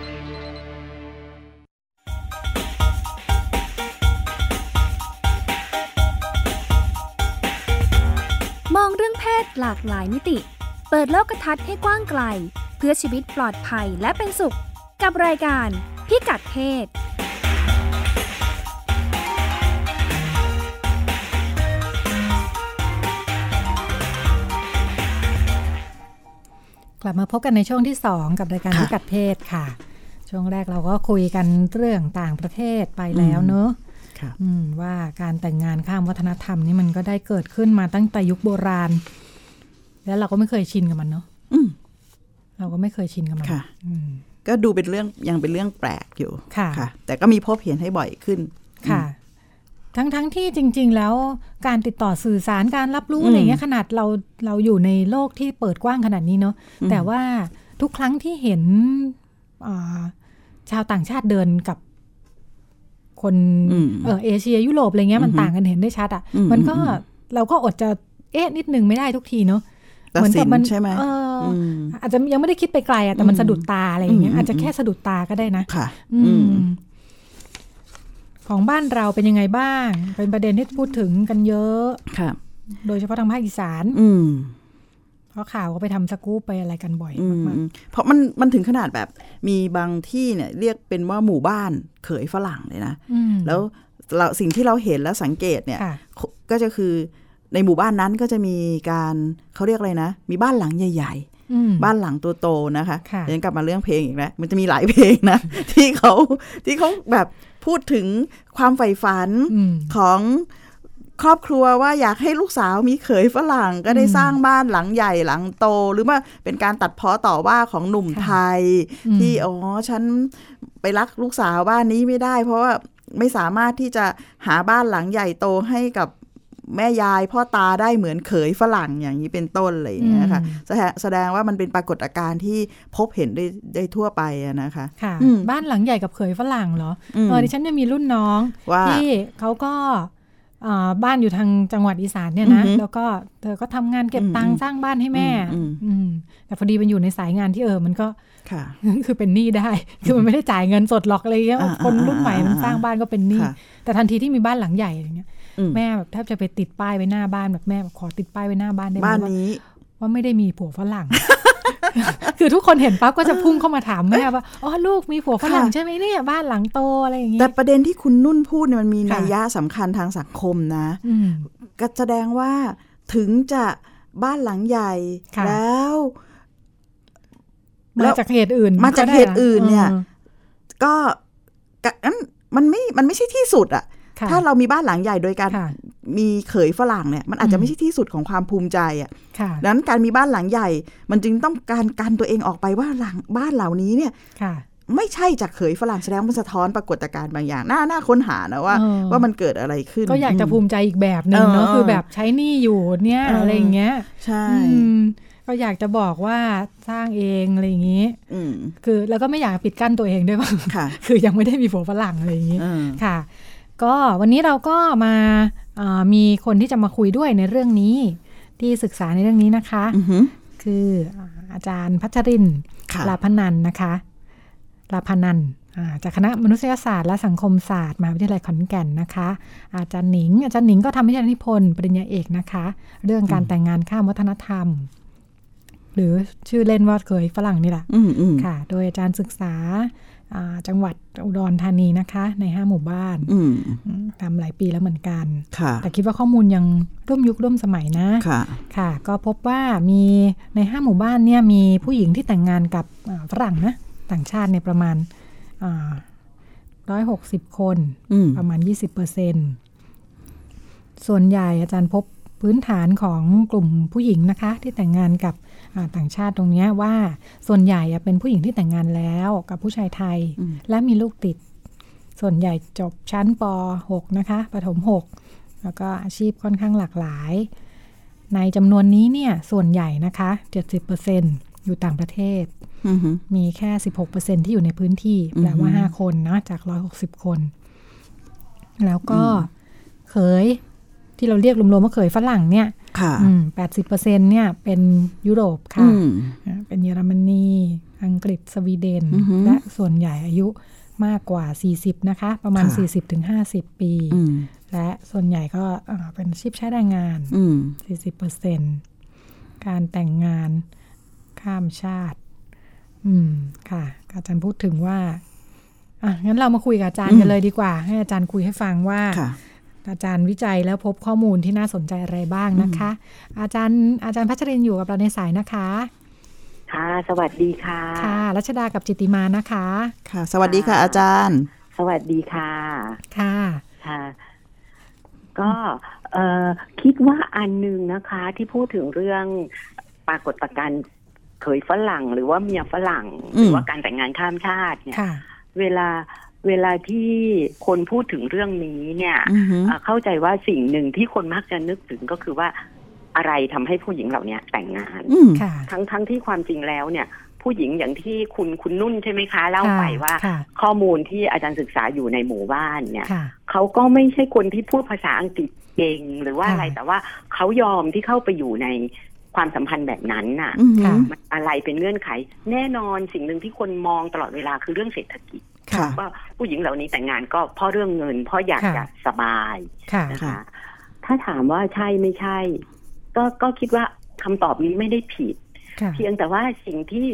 มองเรื่องเพศหลากหลายมิติ เปิดโลกทัศน์ให้กว้างไกล เพื่อชีวิตปลอดภัยและเป็นสุข กับรายการพิกัดเพศ
กลับมาพบกันในช่วงที่ 2 กับรายการ
ค่ะ
พิกัดเพศค่ะ ช่วงแรกเราก็คุยกันเรื่องต่างประเทศไปแล้วเนอะ
ค่ะ
อืมว่าการแต่งงานข้ามวัฒนธรรมนี่มันก็ได้เกิดขึ้นมาตั้งแต่ยุคโบราณ แล้วเราก็ไม่เคยชินกับมันเนาะ
อืม
เราก็ไม่เคยชินกับมัน
ค่ะ
อืม
ก็ดูเป็นเรื่องยังเป็นเรื่องแปลกอยู่
ค่ะ
แต่ก็มีพบเห็นให้บ่อยขึ้น
ค่ะ ทั้งทั้งที่จริง ๆ แล้วการติดต่อสื่อสารการรับรู้
อืม
อะไรเงี้ยขนาดเราเราอยู่ในโลกที่เปิดกว้างขนาดนี้เนาะ
อืม
แต่ว่าทุกครั้งที่เห็นอ่าชาวต่างชาติเดินกับคน
อืม
เออเอเชียยุโรปอะไรเงี้ยมัน
อือฮึ
ต่างกันเห็นได้ชัดอ่ะ
อืม
มันก็
อืม
เราก็อดจะเอ๊ะนิดนึงไม่ได้ทุกทีเนาะ
ตั
เห
ด
มือน
สิ
กับ
น
มัน
ใช่ไหม
เอออ
ม
อาจจะยังไม่ได้คิดไปไกลอ่ะแต่มัน
อืม
สะดุดตาอะไรอย่างเงี้ย
อืม
อาจจะแค่สะดุดตาก็ได้นะ
ค่ะ
อื
อื
ม
ม
ของบ้านเราเป็นยังไงบ้าง เป็นประเด็นที่พูดถึงกันเยอะ
ค่ะ
โดยเฉพาะทางภาคอีสาน
อืม
เพราะข่าวก็ไปทำสกู๊ปไปอะไรกันบ่อย
อืม
มาก
เพราะมันมันถึงขนาดแบบมีบางที่เนี่ยเรียกเป็นว่าหมู่บ้านเขยฝรั่งเลยนะ
ๆอืม
แล้วเราสิ่งที่เราเห็นแล้วสังเกตเนี่ย
ค่ะ
ก็จะคือในหมู่บ้านนั้นก็จะมีการเขาเรียกอะไรนะ มีบ้านหลังใหญ่
อืม
บ้านหลังตัวโตนะคะ
ค่ะ
เดี๋ยวกลับมาเรื่องเพลงอีกนะมันจะมีหลายเพลงนะ *laughs* ที่เขาที่เขาแบบพูดถึงความใฝ่ฝัน
อืม
ของครอบครัวว่าอยากให้ลูกสาวมีเขยฝรั่งก็ได้
อืม
สร้างบ้านหลังใหญ่หลังโต หรือว่าเป็นการตัดเพาะต่อว่าของหนุ่ม
ค่ะ
ไทย
อืม
ที่อ๋อฉันไปรักลูกสาวบ้านนี้ไม่ได้ เพราะว่าไม่สามารถที่จะหาบ้านหลังใหญ่โตให้กับ แม่ยายพ่อตาได้เหมือนเขยฝรั่งอย่างนี้เป็นต้นอะไรอย่างเงี้ยค่ะ
อืม
แสดงแสดงว่ามันเป็นปรากฏการณ์ที่พบเห็นได้ได้ทั่วไปอะนะคะ
ค่ะ
อืม
บ้านหลังใหญ่กับเขยฝรั่งเหรอ
อืม
เออดิฉันยังมีรุ่นน้อง
ว่า
ที่เขาก็เอ่อบ้านอยู่ทางจังหวัดอีสานเนี่ยนะ
อือหือ
แล้วก็เธอก็ทำงานเก็บ
อืม
ตังค์สร้างบ้านให้แม่
อืมอืม
อืมแต่พอดีมันอยู่ในสายงานที่เออมันก็ *laughs*
ค่ะ
คือเป็นหนี้ *laughs* ได้ คือมันไม่ได้จ่ายเงินสดหรอกอะไรเงี้ย
อ่า
คนรุ่นใหม่มัน
อ่า
สร้างบ้านก็เป็นหนี้
ค่ะ
แต่ทันทีที่มีบ้านหลังใหญ่อะไรเงี้ย
อืม
แม่แบบแทบจะไปติดป้ายไว้หน้าบ้านแบบแม่แบบขอติดป้ายไว้หน้าบ้านได้ไหม
บ้าน
ว่า
นี้
ว่าไม่ได้มีผัวฝรั่ง *laughs* คือทุกคนเห็นปั๊บก็จะพุ่งเข้ามาถามแม่ว่า อ๋อลูกมีผัวฝรั่ง
ค่ะ
ใช่ไหมเนี่ย บ้านหลังโตอะไรอย่างงี้
แต่ประเด็นที่คุณนุ่นพูดเนี่ยมันมี
ค่ะ
นัยยะสำคัญทางสังคมนะ
อืม
ก็แสดงว่าถึงจะบ้านหลังใหญ่
ค่ะ
แล้ว แล้
มาว จากเหตุอื่น
มาจาก
ได้
เหตุอื่นเนี่ย
ออ
ก็กะงั้นมันไม่มันไม่ใช่ที่สุดอะ
ค่ะ
ถ้าเรามีบ้านหลังใหญ่โดยการ
ค่ะ
มีเขยฝรั่งเนี่ยมันอาจจะ
อืม
ไม่ใช่ที่สุดของความภูมิใจอ่ะ
ค่ะ
ดังนั้นการมีบ้านหลังใหญ่ มันจึงต้องการกันตัวเองออกไปว่าหลังบ้านเหล่านี้เนี่ย
ค่ะ
ไม่ใช่จากเขยฝรั่งแสดงว่ามันสะท้อนปรากฏการณ์บางอย่างน่าน่าค้นหานะว่า
เออ
ว่ามันเกิดอะไรขึ้น
ก็อยากจะภู
ม
มิใจอีกแบบหนึ่งเนาะ
เออ
คือแบบใช้หนี้อยู่เนี่ย
เอออ
อะไรอย่างเงี้ย
ใช่
อืมก็อยากจะบอกว่าสร้างเองอะไรอย่างงี้
อืม
คือแล้วก็ไม่อยากปิดกั้นตัวเองด้วย *laughs* ว่า
ค่ะ
คือยังไม่ได้มีผัวฝรั่งอะไรอย่างงี้
เออ
ค่ะ ก็วันนี้เราก็มาเอ่อมีคนที่จะมาคุยด้วยในเรื่องนี้ ที่ศึกษาในเรื่องนี้นะคะ
อือหือ
คืออ่าอาจารย์พัชรินทร์
ค่ะ
ลาพนันนะคะลาพนันอ่าจากคณะมนุษยศาสตร์และสังคมศาสตร์มหาวิทยาลัยขอนแก่นนะคะ อาจารย์หนิง อาจารย์หนิงก็ทำวิทยานิพนธ์ปริญญาเอกนะคะ เรื่องการแต่งงานข้ามวัฒนธรรม หรือชื่อเล่นว่าเคยฝรั่งนี่แหละ
อืมอืม
ค่ะ โดยอาจารย์ศึกษาอ่าจังหวัดอุดรธานีนะคะ ใน 5 หมู่บ้าน
อืม
อืมทำหลายปีแล้วเหมือนกัน
ค่ะ
แต่คิดว่าข้อมูลยังร่วมยุคร่วมสมัยนะ
ค่ะ
ค่ะ ก็พบว่ามีใน 5 หมู่บ้านเนี่ยมีผู้หญิงที่แต่งงานกับอ่าฝรั่งนะ ต่างชาติเนี่ยประมาณร้อยหกสิบคน
อืม
ประมาณ 20%ส่วนใหญ่อาจารย์พบพื้นฐานของกลุ่มผู้หญิงนะคะ ที่แต่งงานกับอ่าต่างชาติตรงเนี้ยว่าส่วนใหญ่อะเป็นผู้หญิงที่แต่งงานแล้วกับผู้ชายไทย และมีลูกติด ส่วนใหญ่จบชั้นป .6 นะคะประถม 6 แล้วก็อาชีพค่อนข้างหลากหลาย ในจำนวนนี้เนี่ยส่วนใหญ่นะคะ 70%อยู่ต่างประเทศ
อือหือ
มีแค่ 16%ที่อยู่ในพื้นที่ แปลว่า
อือฮึ
5 คนนะจาก 160 คน แล้วก็เขยที่เราเรียกรวมๆว่าเขยฝรั่งเนี่ย
ค่ะ
อืม80%เนี่ยเป็นยุโรป
อื
ค่ะ
ม
อ่าเป็นเยอรมนีอังกฤษสวีเดน
อือฮึ
และส่วนใหญ่อายุมากกว่า 40 นะคะ ประมาณ
ค่ะ
40-50 ปี
อืม
และส่วนใหญ่ก็อ่าเป็นอาชีพใช้แรงงาน
อืม
40%การแต่งงานข้ามชาติ อืม ค่ะ อาจารย์พูดถึงว่า อ่ะ งั้นเรามาคุยกับอาจารย์กันเลยดีกว่า ให้อาจารย์คุยให้ฟังว่า
ค่ะ
อาจารย์วิจัยแล้วพบข้อมูลที่น่าสนใจอะไรบ้างนะคะ อาจารย์ อาจารย์พัชรินอยู่กับเราในสายนะคะ
ค่ะ สวัสดีค่ะ
ค่ะ รัชดากับจิตติมานะคะ
ค่ะ สวัสดีค่ะ อาจารย์
สวัสดีค่ะ
ค่ะ
ค่ะ ก็เอ่อคิดว่าอันหนึ่งนะคะ ที่พูดถึงเรื่องปรากฏการณ์เขยฝรั่ง หรือว่าเมียฝรั่ง
อืม
หรือว่าการแต่งงานข้ามชาติเนี่ย
ค่ะ
เวลาเวลาที่คนพูดถึงเรื่องนี้เนี่ย
อือหือ
เอ่อเข้าใจว่าสิ่งหนึ่งที่คนมักจะนึกถึงก็คือว่าอะไรทำให้ผู้หญิงเหล่านี้แต่งงาน
อืม
ค่ะ
ทั้งทั้งที่ความจริงแล้วเนี่ย ผู้หญิงอย่างที่คุณคุณนุ่นใช่ไหมคะ เล่า
ค่ะ
ไปว่า
ค่ะ
ข้อมูลที่อาจารย์ศึกษาอยู่ในหมู่บ้านเนี่ย
ค่ะ
เขาก็ไม่ใช่คนที่พูดภาษาอังกฤษเก่งหรือว่าอะไร
ค่ะ
แต่ว่าเขายอมที่เข้าไปอยู่ในความสัมพันธ์แบบนั้นน่ะ
อือหือ
ค่ะ
มันอะไรเป็นเงื่อนไข แน่นอนสิ่งหนึ่งที่คนมองตลอดเวลาคือเรื่องเศรษฐกิจ
ค่ะ
ว่าผู้หญิงเหล่านี้แต่งงานก็เพราะเรื่องเงิน เพราะอยาก
ค่ะ
จะสบาย
ค่ะ
นะ
ค่ะ
คะ ถ้าถามว่าใช่ไม่ใช่ ก็ก็คิดว่าคำตอบนี้ไม่ได้ผิด
ค่ะ
เพียงแต่ว่าสิ่งที่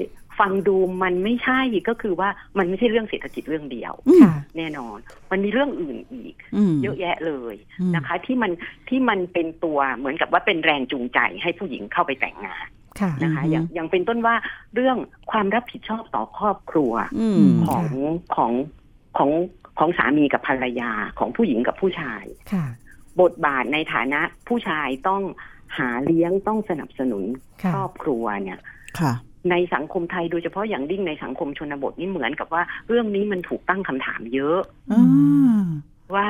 ฟังดูมันไม่ใช่ก็คือว่ามันไม่ใช่เรื่องเศรษฐกิจเรื่องเดียว
อืม
ค่ะ
แน่นอน มันมีเรื่องอื่นอีก
อืม
เยอะแยะเลย
อืม
นะคะ ที่มันที่มันเป็นตัวเหมือนกับว่าเป็นแรงจูงใจให้ผู้หญิงเข้าไปแต่งงาน
ค่ะ
นะคะอย่าง
อือฮึ
อย่างเป็นต้นว่าเรื่องความรับผิดชอบต่อครอบครัว
อืม
ม
ของของของของสามีกับภรรยาของผู้หญิงกับผู้ชาย
ค่ะ
บทบาทในฐานะผู้ชายต้องหาเลี้ยงต้องสนับสนุน
ค่ะ
ครอบครัวเนี่ย
ค่ะ
ในสังคมไทยโดยเฉพาะอย่างยิ่งในสังคมชนบทนี่เหมือนกับว่า เรื่องนี้มันถูกตั้งคำถามเยอะ
อ่า
ว่า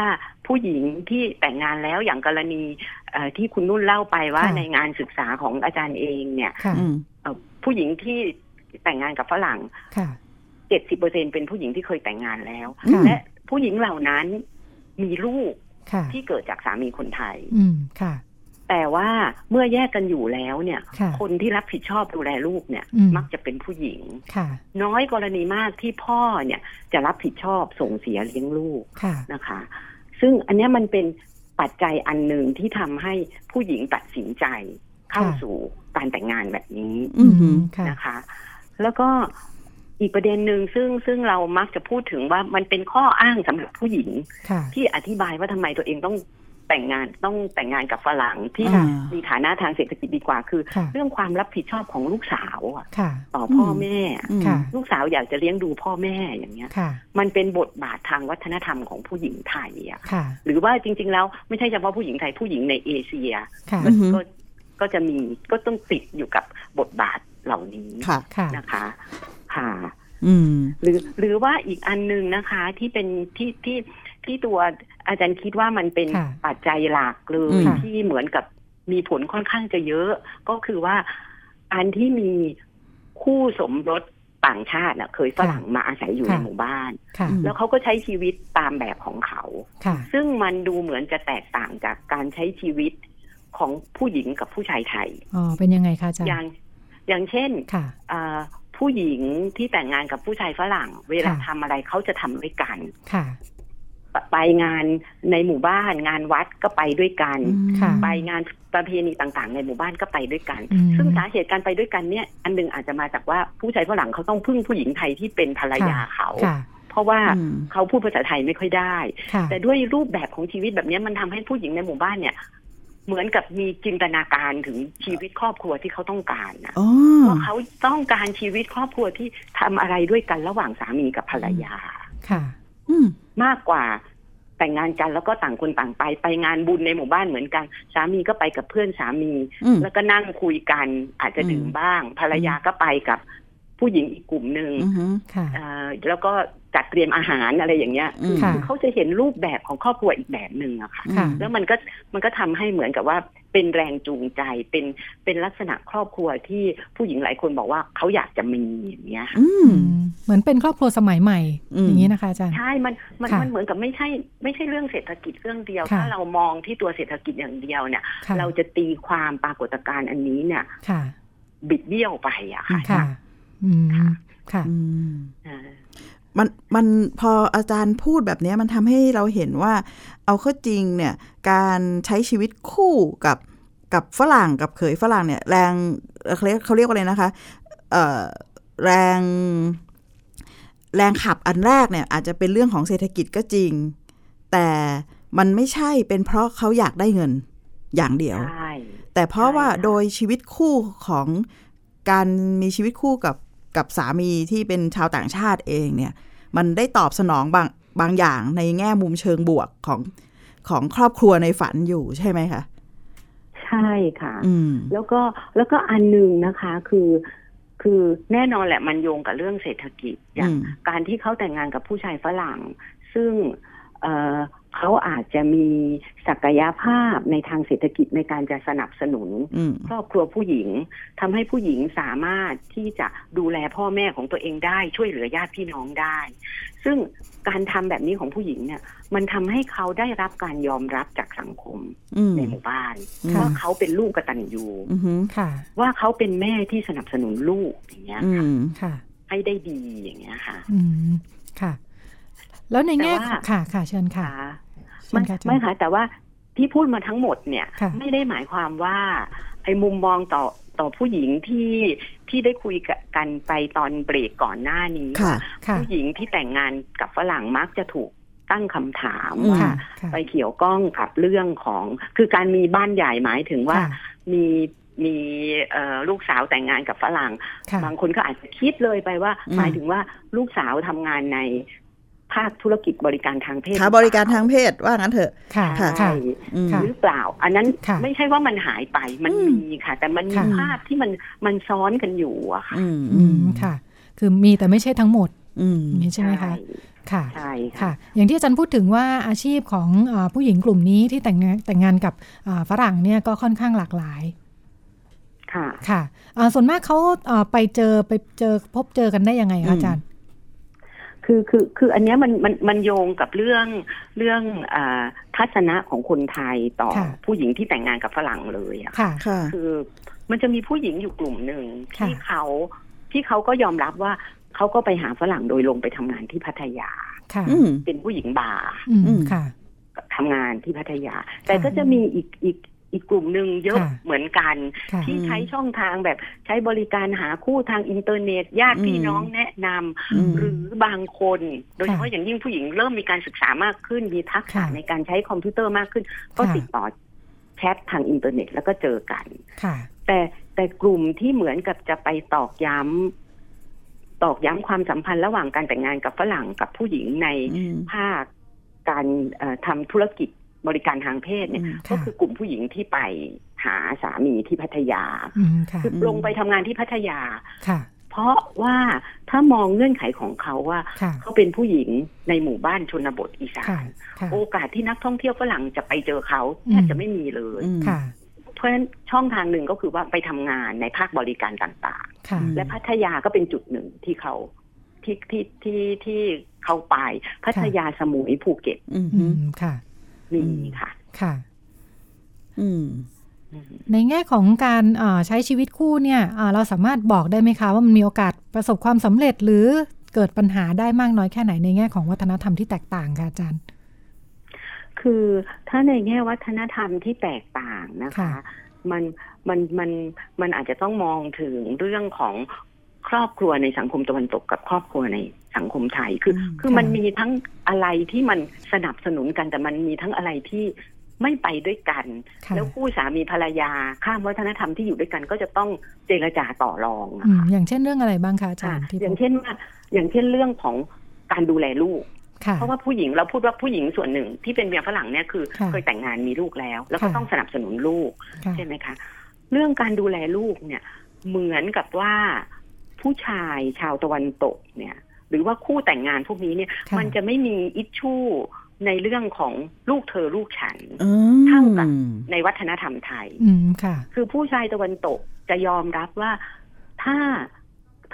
ผู้หญิงที่แต่งงานแล้วอย่างกรณีเอ่อที่คุณนุ่นเล่าไปว่า
ค่ะ
ในงานศึกษาของอาจารย์เองเนี่ย
ค่ะ
อืม
เอ่อผู้หญิงที่แต่งงานกับฝรั่ง
ค่ะ
70%เป็นผู้หญิงที่เคยแต่งงานแล้ว
ค่ะ
และผู้หญิงเหล่านั้นมีลูก
ค่ะ
ที่เกิดจากสามีคนไทย
อืม ค่ะ
แต่ว่าเมื่อแยกกันอยู่แล้วเนี่ย
ค่ะ
คนที่รับผิดชอบดูแลลูกเนี่ย
อืม
มักจะเป็นผู้หญิง
ค่ะ
น้อยกรณีมากที่พ่อเนี่ยจะรับผิดชอบส่งเสียเลี้ยงลูก
ค่ะ
นะคะ ซึ่งอันเนี้ยมันเป็นปัจจัยอันหนึ่งที่ทำให้ผู้หญิงตัดสินใจเข้า
ค่ะ
สู่การแต่งงานแบบนี้
อืมอืม
ค่ะ
นะคะ แล้วก็อีกประเด็นหนึ่งซึ่งซึ่งเรามักจะพูดถึงว่ามันเป็นข้ออ้างสำหรับผู้หญิง
ค่ะ
ที่อธิบายว่าทำไมตัวเองต้องแต่งงานต้องแต่งงานกับฝรั่งที่
ค่ะ
มีฐานะทางเศรษฐกิจดีกว่าคือ
ค่ะ
เรื่องความรับผิดชอบของลูกสาวอะ
ค่ะ
ต่อพ่อแม่
อืม
ค่ะ
ลูกสาวอยากจะเลี้ยงดูพ่อแม่อย่างเงี้ย
ค่ะ
มันเป็นบทบาททางวัฒนธรรมของผู้หญิงไทยอะ
ค่ะ
หรือว่าจริง ๆ แล้วไม่ใช่เฉพาะผู้หญิงไทยผู้หญิงในเอเชีย
ค่ะ
ก็ก็ก็จะมีก็ต้องติดอยู่กับบทบาทเหล่านี้
ค่ะ
ค่ะ
นะคะค่ะ
อืม
หรือหรือว่าอีกอันหนึ่งนะคะที่เป็นที่ที่ที่ตัวอาจารย์คิดว่ามันเป็น
ค่ะ
ปัจจัยหลักเล
อื
ย
ม
ที่เหมือนกับมีผลค่อนข้างจะเยอะ ก็คือว่าอันที่มีคู่สมรสต่างชาติน่ะเคยฝรั่งมาอาศัยอยู่ใน
ค่ะ
หมู่บ้าน
ค่ะ
แล้วเขาก็ใช้ชีวิตตามแบบของเขา
ค่ะ
ซึ่งมันดูเหมือนจะแตกต่างจากการใช้ชีวิตของผู้หญิงกับผู้ชายไทย
อ๋อ เป็นยังไงคะอาจาร
อย่าง
ย์
อย่างเช่น
ค่ะ
อ่าผู้หญิงที่แต่งงานกับผู้ชายฝรั่ง เวลา
ค่ะ
ทำอะไรเขาจะทำด้วยกัน
ค่ะ
ไปไปงานในหมู่บ้าน งานวัดก็ไปด้วยกัน
ค่ะ
ไปงานประเพณีต่างๆ ในหมู่บ้านก็ไปด้วยกัน
อืม
ซึ่งสาเหตุการไปด้วยกันเนี่ย อันหนึงอาจจะมาจากว่าผู้ชายฝรั่งเขาต้องพึ่งผู้หญิงไทยที่เป็นภรรยาเขา
ค่ะ
เพราะว่า
อืม
เขาพูดภาษาไทยไม่ค่อยได้
ค่ะ
แต่ด้วยรูปแบบของชีวิตแบบเนี้ยมันทำให้ผู้หญิงในหมู่บ้านเนี่ย เหมือนกับมีจินตนาการถึงชีวิตครอบครัวที่เขาต้องการนะ
อ๋อ
เพราะเขาต้องการชีวิตครอบครัวที่ทำอะไรด้วยกันระหว่างสามีกับภรรยา
ค่ะ
อืม
มากกว่าแต่งงานกันแล้วก็ต่างคนต่างไปไปงานบุญในหมู่บ้านเหมือนกัน สามีก็ไปกับเพื่อนสามี
อืม
แล้วก็นั่งคุยกัน อาจจะดื่ม
อืม
บ้าง ภรรยาก็ไปกับผู้หญิงอีกกลุ่มหนึ่ง
อือหือ
ค่ะ
เอ่อแล้วก็จัดเตรียมอาหารอะไรอย่างเงี้ย
อืม
ค่ะ
เขาจะเห็นรูปแบบของครอบครัวอีกแบบหนึ่งอะค่ะ
ค่ะ
แล้วมันก็มันก็ทำให้เหมือนกับว่าเป็นแรงจูงใจเป็นเป็นลักษณะครอบครัวที่ผู้หญิงหลายคนบอกว่าเขาอยากจะมีอย่างเงี้ยค่ะ
อืม
เหมือนเป็นครอบครัวสมัยใหม่
อืม
อย่างนี้นะคะอาจารย์
ใช่มันมัน
ค่ะ
มันเหมือนกับไม่ใช่ ไม่ใช่เรื่องเศรษฐกิจเรื่องเดียว
ค่ะ
ถ้าเรามองที่ตัวเศรษฐกิจอย่างเดียวเนี่ย
ค่ะ
เราจะตีความปรากฏการณ์อันนี้เนี่ย
ค่ะ
บิดเบี้ยวไปอะค่ะ
ค่ะ อืม ค่ะ
อืม
อ่า
มันมันพออาจารย์พูดแบบเนี้ยมันทำให้เราเห็นว่า เอาเข้าจริงเนี่ย การใช้ชีวิตคู่กับกับฝรั่งกับเขยฝรั่งเนี่ย แรงเอ่อเขาเรียกเขาเรียกว่าอะไรนะคะ เอ่อแรง แรงขับอันแรกเนี่ย อาจจะเป็นเรื่องของเศรษฐกิจก็จริง แต่มันไม่ใช่เป็นเพราะเขาอยากได้เงินอย่างเดียว
ใช่
แต่เพราะว่า
ใช่ค่ะ
โดยชีวิตคู่ของการมีชีวิตคู่กับกับสามีที่เป็นชาวต่างชาติเองเนี่ย มันได้ตอบสนองบางบางอย่างในแง่มุมเชิงบวกของของครอบครัวในฝันอยู่ใช่ไหมคะ
ใช่ค่ะ
อืม
แล้วก็แล้วก็อันหนึ่งนะคะคือคือแน่นอนแหละมันโยงกับเรื่องเศรษฐกิจอย่าง
อืม
การที่เขาแต่งงานกับผู้ชายฝรั่ง ซึ่งเอ่อเขาอาจจะมีศักยภาพในทางเศรษฐกิจในการจะสนับสนุน
อืม
ครอบครัวผู้หญิงทำให้ผู้หญิงสามารถที่จะดูแลพ่อแม่ของตัวเองได้ ช่วยเหลือญาติพี่น้องได้ ซึ่งการทำแบบนี้ของผู้หญิงเนี่ย มันทำให้เขาได้รับการยอมรับจากสังคม
อืม
ในหมู่บ้าน
ค่ะ
ว่าเขาเป็นลูกกตัญญู
อือหือ
ค่ะ
ว่าเขาเป็นแม่ที่สนับสนุนลูกอย่างเงี้ย
อืม
ค่ะ
ให้ได้ดีอย่างเงี้ยค่ะ
อืม ค่ะ แล้วในแง่
แต่ว่า
ค่ะ ค่ะ เชิญค่ะ
ค่ะ
เชิ
ไม่
ญค่ะอาจารย์
ไม่ค่ะแต่ว่าที่พูดมาทั้งหมดเนี่ย
ค่ะ
ไม่ได้หมายความว่าไอ้มุมมองต่อต่อผู้หญิงที่ที่ได้คุยกบกันไปตอนเบรกก่อนหน้านี้
ค่ะ
ค่ะ
ผู้หญิงที่แต่งงานกับฝรั่งมักจะถูกตั้งคำถาม
อืม
ว่า
ค่ะค่ะ
ไปเกี่ยวก้องกับเรื่องของ คือการมีบ้านใหญ่หมายถึงว่า
ค่ะ
มี มีเอ่อลูกสาวแต่งงานกับฝรั่ง
ค่ะ
บางคนก็อาจจะคิดเลยไปว่า
อืม
หมายถึงว่าลูกสาวทำงานในภาคธุรกิจบริการทางเพศ
หาบริการทางเพศว่างั้นเถอะ
ค่ะ
ใช่
ค่ะ
อืม
ค่ะ
หรือเปล่า อันนั้น
ค่ะ
ไม่ใช่ว่ามันหายไปมัน
อืม
มีค่ะ แต่มันมี
ค่ะ
ภาพที่มันมันซ้อนกันอยู่อะค่ะ
อืม
อืมค่ะ คือมีแต่ไม่ใช่ทั้งหมด
อืม
อย่างนี้ใช่ไหมคะ ค่ะ
ใช่ค่ะ
ค่ะ อย่างที่อาจารย์พูดถึงว่าอาชีพของเอ่อผู้หญิงกลุ่มนี้ที่แต่งงานแต่งงานกับเอ่อฝรั่งเนี่ยก็ค่อนข้างหลากหลาย
ค่ะ
ค่ะเอ่อส่วนมากเขาเอ่อไปเจอไปเจอพบเจอกันได้ยังไง
อื
คะ
ม
อาจารย์
คือคือคืออันเนี้ยมันมันมันโยงกับเรื่องเรื่องอาทัศนะของคนไทยต่อ
ค่ะ
ผู้หญิงที่แต่งงานกับฝรั่งเลยอะค่ะ
ค่ะ
ค่ะ
คือมันจะมีผู้หญิงอยู่กลุ่มหนึ่ง
ค่ะ
ที่เขาที่เขาก็ยอมรับว่าเขาก็ไปหาฝรั่งโดยลงไปทำงานที่พัทยา
ค่ะ
อืม
เป็นผู้หญิงบาร์
อืม
อืม
ค่ะ
ทำงานที่พัทยา แต่
ค่ะ
ก็จะมีอีกอีกอีกกลุ่มหนึ่งเยอะ
ค่ะ
เหมือนกัน
ค่ะ
ที่ใช้ช่องทางแบบใช้บริการหาคู่ทางอินเทอร์เน็ตญาติพี่
อืม
น้องแนะนำ
อืม
หรือบางคน โดยเฉพาะอย่างยิ่งผู้หญิงเริ่มมีการศึกษามากขึ้น มีทักษะ
ค่ะ
ในการใช้คอมพิวเตอร์มากขึ้น ก็
ค่ะ
ติดต่อแชททางอินเทอร์เน็ตแล้วก็เจอกัน
ค่ะ
แต่แต่กลุ่มที่เหมือนกับจะไปตอกย้ำตอกย้ำความสัมพันธ์ระหว่างการแต่งงานกับฝรั่งกับผู้หญิงใน
อืม
ภาคการเอ่อทำธุรกิจบริการทางเพศเนี่ย
อืม
ก็
ค่ะ
คือกลุ่มผู้หญิงที่ไปหาสามีที่พัทยา
อืมค่ะ
คือลงไปทำงานที่พัทยา
ค่ะ
เพราะว่าถ้ามองเงื่อนไขของเขาว่า
ค่ะ
เขาเป็นผู้หญิงในหมู่บ้านชนบทอีสา
ค่ะ
น
ค่ะ
โอกาสที่นักท่องเที่ยวฝรั่งจะไปเจอเขา
อืม
แทบจะไม่มีเลย
อืม
ค่ะ
เพราะฉะนั้นช่องทางหนึ่งก็คือว่าไปทำงานในภาคบริการต่าง
ค่ะ
อืม
ๆ และพัทยาก็เป็นจุดหนึ่งที่เขาที่ที่ที่ที่เขาไปพัทยาสมุยภูเก็ต
อืม
อืมค่ะ
มีค่ะ
ค่ะ
อืม
ในแง่ของการเอ่อใช้ชีวิตคู่เนี่ยเอ่อเราสามารถบอกได้ไหมคะว่ามันมีโอกาสประสบความสำเร็จหรือเกิดปัญหาได้มากน้อยแค่ไหนในแง่ของวัฒนธรรมที่แตกต่างค่ะอาจารย์
คือถ้าในแง่วัฒนธรรมที่แตกต่างนะคะ
ค่ะ
มันมันมันมันอาจจะต้องมองถึงเรื่องของครอบครัวในสังคมตะวันตกกับครอบครัวในสังคมไทยคือ
อืม
คือ
ค่ะ
มันมีทั้งอะไรที่มันสนับสนุนกันแต่มันมีทั้งอะไรที่ไม่ไปด้วยกัน
ค่ะ
แล้วคู่สามีภรรยาข้ามวัฒนธรรมที่อยู่ด้วยกันก็จะต้องเจรจาต่อรอง
อื
นะ
ม
คะ
อย่างเช่นเรื่องอะไรบ้างคะอาจา
อ่าร
ย์ที่
อย่าง
พบ
เช่นว่าอย่างเช่นเรื่องของการดูแลลูก
ค่ะ
เพราะว่าผู้หญิงเราพูดว่าผู้หญิงส่วนหนึ่งที่เป็นเมียฝรั่งเนี่ยคือ
ค่ะ
เคยแต่งงานมีลูกแล้ว แล้วก็
ค่ะ
ต้องสนับสนุนลูก
ค่ะ
ใช่ไหมคะ เรื่องการดูแลลูกเนี่ย เหมือนกับว่าผู้ชายชาวตะวันตกเนี่ย หรือว่าคู่แต่งงานพวกนี้เนี่ย
ค่ะ
มันจะไม่มีอิชชูในเรื่องของลูกเธอลูกฉัน
อืม
เท่ากับ ในวัฒนธรรมไทย
อืมค่ะ
คือผู้ชายตะวันตกจะยอมรับว่าถ้า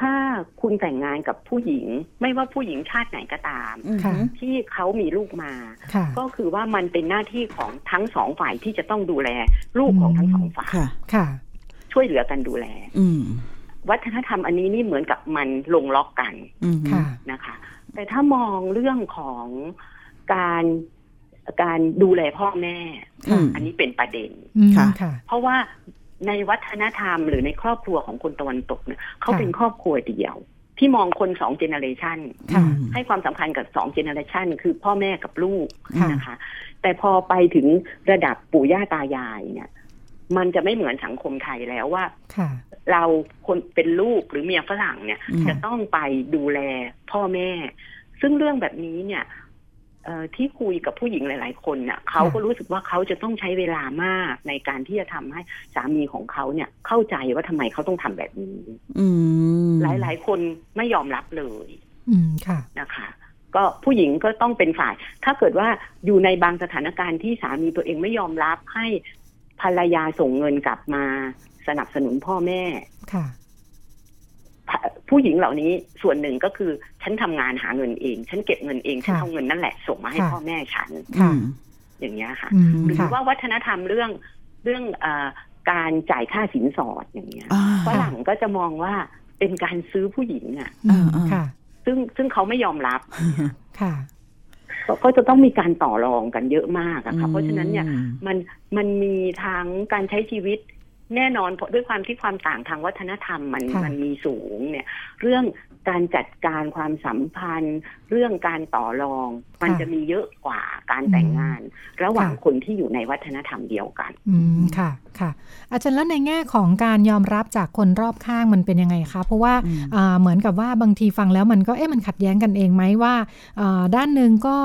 ถ้าคุณแต่งงานกับผู้หญิง ไม่ว่าผู้หญิงชาติไหนก็ตาม
อืม
ค่ะ
ที่เขามีลูกมา
ค่ะ
ก็คือว่ามันเป็นหน้าที่ของทั้งสองฝ่ายที่จะต้องดูแล ลูกของทั้งสองฝ่าย
ค่ะ
ค่ะ
ช่วยเหลือกันดูแล
อืม
วัฒนธรรมอันนี้นี่เหมือนกับมันลงล็อกกัน
อืม
ค่ะ
นะคะ แต่ถ้ามองเรื่องของการการดูแลพ่อแม่
อืม
อันนี้เป็นประเด็น
อืม
ค่ะ
ค่ะ
เพราะว่าในวัฒนธรรมหรือในครอบครัวของคนตะวันตกเนี่ยเขา
ค่ะ
เป็นครอบครัวเดียว ที่มองคนสองเจเนอเรชัน
ค่ะ
ให้ความสำคัญกับสองเจเนอเรชันคือพ่อแม่กับลูก
ค่ะ
นะคะ แต่พอไปถึงระดับปู่ย่าตายายเนี่ย มันจะไม่เหมือนสังคมไทยแล้วว่า
ค่ะ
เราคนเป็นลูกหรือเมียฝรั่งเนี่ย
อืม
จะต้องไปดูแลพ่อแม่ ซึ่งเรื่องแบบนี้เนี่ยเอ่อที่คุยกับผู้หญิงหลาย ๆ คนเนี่ยเขาก็รู้สึกว่าเขาจะต้องใช้เวลามากในการที่จะทำให้สามีของเขาเนี่ย เข้าใจว่าทำไมเขาต้องทำแบบนี้
อืม
หลาย ๆ คนไม่ยอมรับเลย
อืมค่ะ
นะคะ ก็ผู้หญิงก็ต้องเป็นฝ่าย ถ้าเกิดว่าอยู่ในบางสถานการณ์ที่สามีตัวเองไม่ยอมรับให้ภรรยาส่งเงินกลับมา สนับสนุนพ่อแม่
ค่ะ
ผู้หญิงเหล่านี้ส่วนหนึ่งก็คือฉันทำงานหาเงินเอง ฉันเก็บเงินเองฉัน
ค่ะ
เอาเงินนั่นแหละส่งมาให้
ค่ะ
พ่อแม่ฉัน
ค่ะ
อย่างเงี้ยค่ะ
อืม
หรือ
ค่ะ
ว่าวัฒนธรรมเรื่องเรื่องเออการจ่ายค่าสินสอดอย่างเงี้ย
อ่า
ฝรั่งก็จะมองว่าเป็นการซื้อผู้หญิงอ่ะ
อืม
อ่า
ค่ะ
ซึ่งซึ่งเขาไม่ยอมรับ
ค่ะ
ก็ก็จะต้องมีการต่อรองกันเยอะมากอะค่ะ เพราะฉะนั้นเนี่ย
อืม
มันมันมีทั้งการใช้ชีวิต แน่นอนเพราะด้วยความที่ความต่างทางวัฒนธรรมมัน
ค่ะ
มันมีสูงเนี่ย เรื่องการจัดการความสัมพันธ์ เรื่องการต่อรอง มัน
ค่ะ
จะมีเยอะกว่าการแต่งงาน ระหว่าง
ค่ะ
คนที่อยู่ในวัฒนธรรมเดียวกัน
อืมค่ะค่ะ อาจารย์แล้วในแง่ของการยอมรับจากคนรอบข้างมันเป็นยังไงคะ เพราะว่า
อืม
อ่าเหมือนกับว่าบางทีฟังแล้วมันก็เอ๊ะมันขัดแย้งกันเองไหมว่าอ่าด้านหนึ่งก็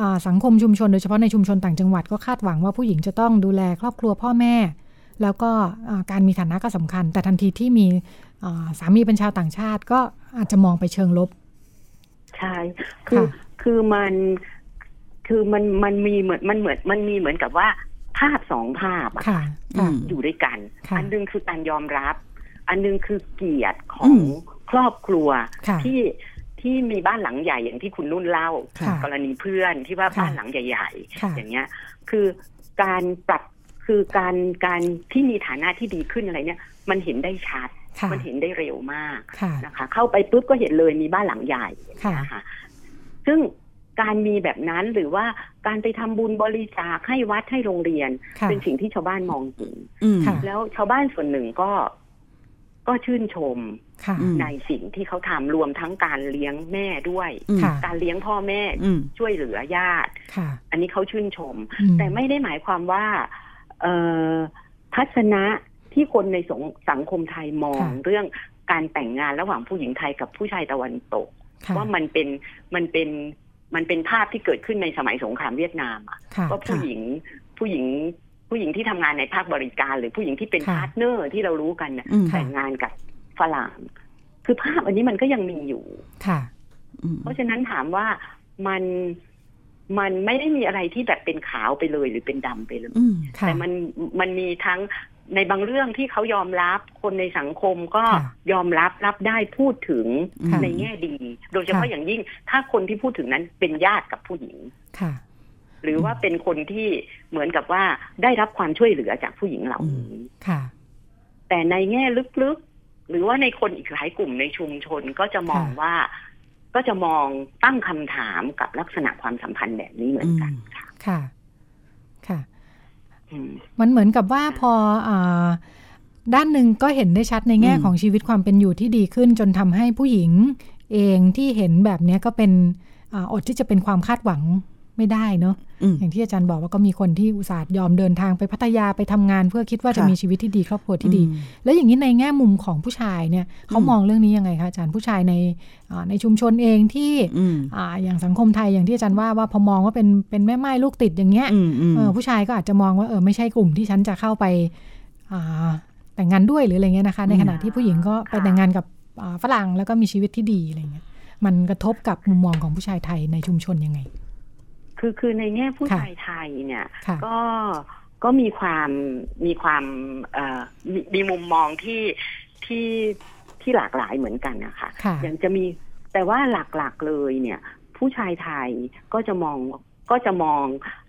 อ่าสังคมชุมชนโดยเฉพาะในชุมชนต่างจังหวัดก็คาดหวังว่าผู้หญิงจะต้องดูแลครอบครัวพ่อแม่ แล้วก็อ่าการมีฐานะก็สำคัญ แต่ทันทีที่มีอ่าสามีเป็นชาวต่างชาติ ก็อาจจะมองไปเชิงลบ
ใช่ คือ
ค่ะ
คือมัน คือมันมันมีเหมือนมันเหมือนมันมีเหมือนกับว่าภาพสองภาพอะ
ค่ะ
อื
ค่ะ
ม
อยู่ด้วยกัน
ค่ะ
อันหนึงคือการยอมรับ อันหนึงคือเกียรติขอ
อื
ง
ม
ครอบครัว
ค่ะ
ที่ที่มีบ้านหลังใหญ่อย่างที่คุณนุ่นเล่า
ค่ะ
กรณีเพื่อนที่ว่า
ค่ะ
บ้านหลังใหญ่
ค่ะ
ๆอย่างเงี้ย คือการปรับคือการการที่มีฐานะที่ดีขึ้นอะไรเนี่ย มันเห็นได้ชัด
ค่ะ
มันเห็นได้เร็วมาก
ค่ะ
นะคะ เข้าไปปุ๊บก็เห็นเลยมีบ้านหลังใหญ่
ค่ะ
นะคะซึ่งการมีแบบนั้นหรือว่าการไปทำบุญบริจาคให้วัดให้โรงเรียน
ค่ะ
เป็นสิ่งที่ชาวบ้านมองเห็น
อืม
ค่ะ
แล้วชาวบ้านส่วนหนึ่งก็ก็ชื่นชม
ค่ะ
อืม
ในสิ่งที่เขาทำรวมทั้งการเลี้ยงแม่ด้วย
อืม
ค่ะ
การเลี้ยงพ่อแม่
อืม
ช่วยเหลือญาติ
ค่ะ
อันนี้เขาชื่นชม
อื
แต่ไม่ได้หมายความว่าเอ่อทัศนะที่คนในสงสังคมไทยมองเรื่องการแต่งงานระหว่างผู้หญิงไทยกับผู้ชายตะวันตก
ค่ะ
ว่ามันเป็นมันเป็นมันเป็นภาพที่เกิดขึ้นในสมัยสงครามเวียดนามอะ
ค่ะ
ว่าผู้หญิงผู้หญิงผู้หญิงที่ทำงานในภาคบริการ หรือผู้หญิงที่เป็น
ค่ะ
พาร์ทเนอร์ที่เรารู้กันน่ะ
อืม
ค่ะ
แต่งงานกับฝรั่งคือภาพอันนี้มันก็ยังมีอยู่
ค่ะ
อืม
เพราะฉะนั้นถามว่ามันมันไม่ได้มีอะไรที่แบบเป็นขาวไปเลยหรือเป็นดำไปเลย
อืม
ค่ะ
แต่มันมันมีทั้งในบางเรื่องที่เขายอมรับคนในสังคมก็
ค่ะ
ยอมรับรับได้พูดถึง
ค่ะ
ในแง่ดี โดยเฉพาะ
ค่ะ
อย่างยิ่ง ถ้าคนที่พูดถึงนั้นเป็นญาติกับผู้หญิง
ค่ะ
หรือว่าเป็นคนที่เหมือนกับว่าได้รับความช่วยเหลือจากผู้หญิงเหล่านี้
ค่ะ
แต่ในแง่ลึกๆ หรือว่าในคนอีกหลายกลุ่มในชุมชนก็จะมอง
ค่ะ
ว่า ก็จะมองตั้งคำถามกับลักษณะความสัมพันธ์แบบนี้เหมือนกันค่ะ
ค่ะ ค่ะ
อืม
มันเหมือนกับว่าพออาด้านหนึ่งก็เห็นได้ชัดในแง่
อืม
ของชีวิตความเป็นอยู่ที่ดีขึ้น จนทำให้ผู้หญิงเองที่เห็นแบบเนี้ยก็เป็นอาอดที่จะเป็นความคาดหวังไม่ได้เนอะ
อืม
อย่างที่อาจารย์บอกว่าก็มีคนที่อุตส่าห์ยอมเดินทางไปพัทยาไปทำงาน เพื่อคิดว่าจะ
ค่ะ
มีชีวิตที่ดีครอบครัวที่ดี แล้วอย่างนี้ในแง่มุมของผู้ชายเนี่ยเขามองเรื่องนี้ยังไงคะอาจารย์ผู้ชายในอ่าในชุมชนเองที่
อืม
อ่าอย่างสังคมไทยอย่างที่อาจารย์ว่าว่าพอมองว่าเป็นเป็นแม่ไม้ลูกติดอย่างเงี้ย
อืมอืม
เออผู้ชายก็อาจจะมองว่าเออไม่ใช่กลุ่มที่ฉันจะเข้าไปอ่าแต่งงานด้วยหรืออะไรเงี้ยนะคะ ในขณะที่ผู้หญิงก็ไป
ค่ะ
แต่งงานกับอ่าฝรั่งแล้วก็มีชีวิตที่ดีอะไรเงี้ยมันกระทบกับมุมมองของผู้ชายไทยในชุมชนยังไง
คือคือในแง่ผู้
ค่ะ
ชายไทยเนี่ย
ค่ะ
ก็ก็มีความมีความเอ่อมีมีมุมมองที่ที่ที่หลากหลายเหมือนกันนะคะ
ค่ะ
ยังจะมีแต่ว่าหลักๆเลยเนี่ย ผู้ชายไทยก็จะมองก็จะมอง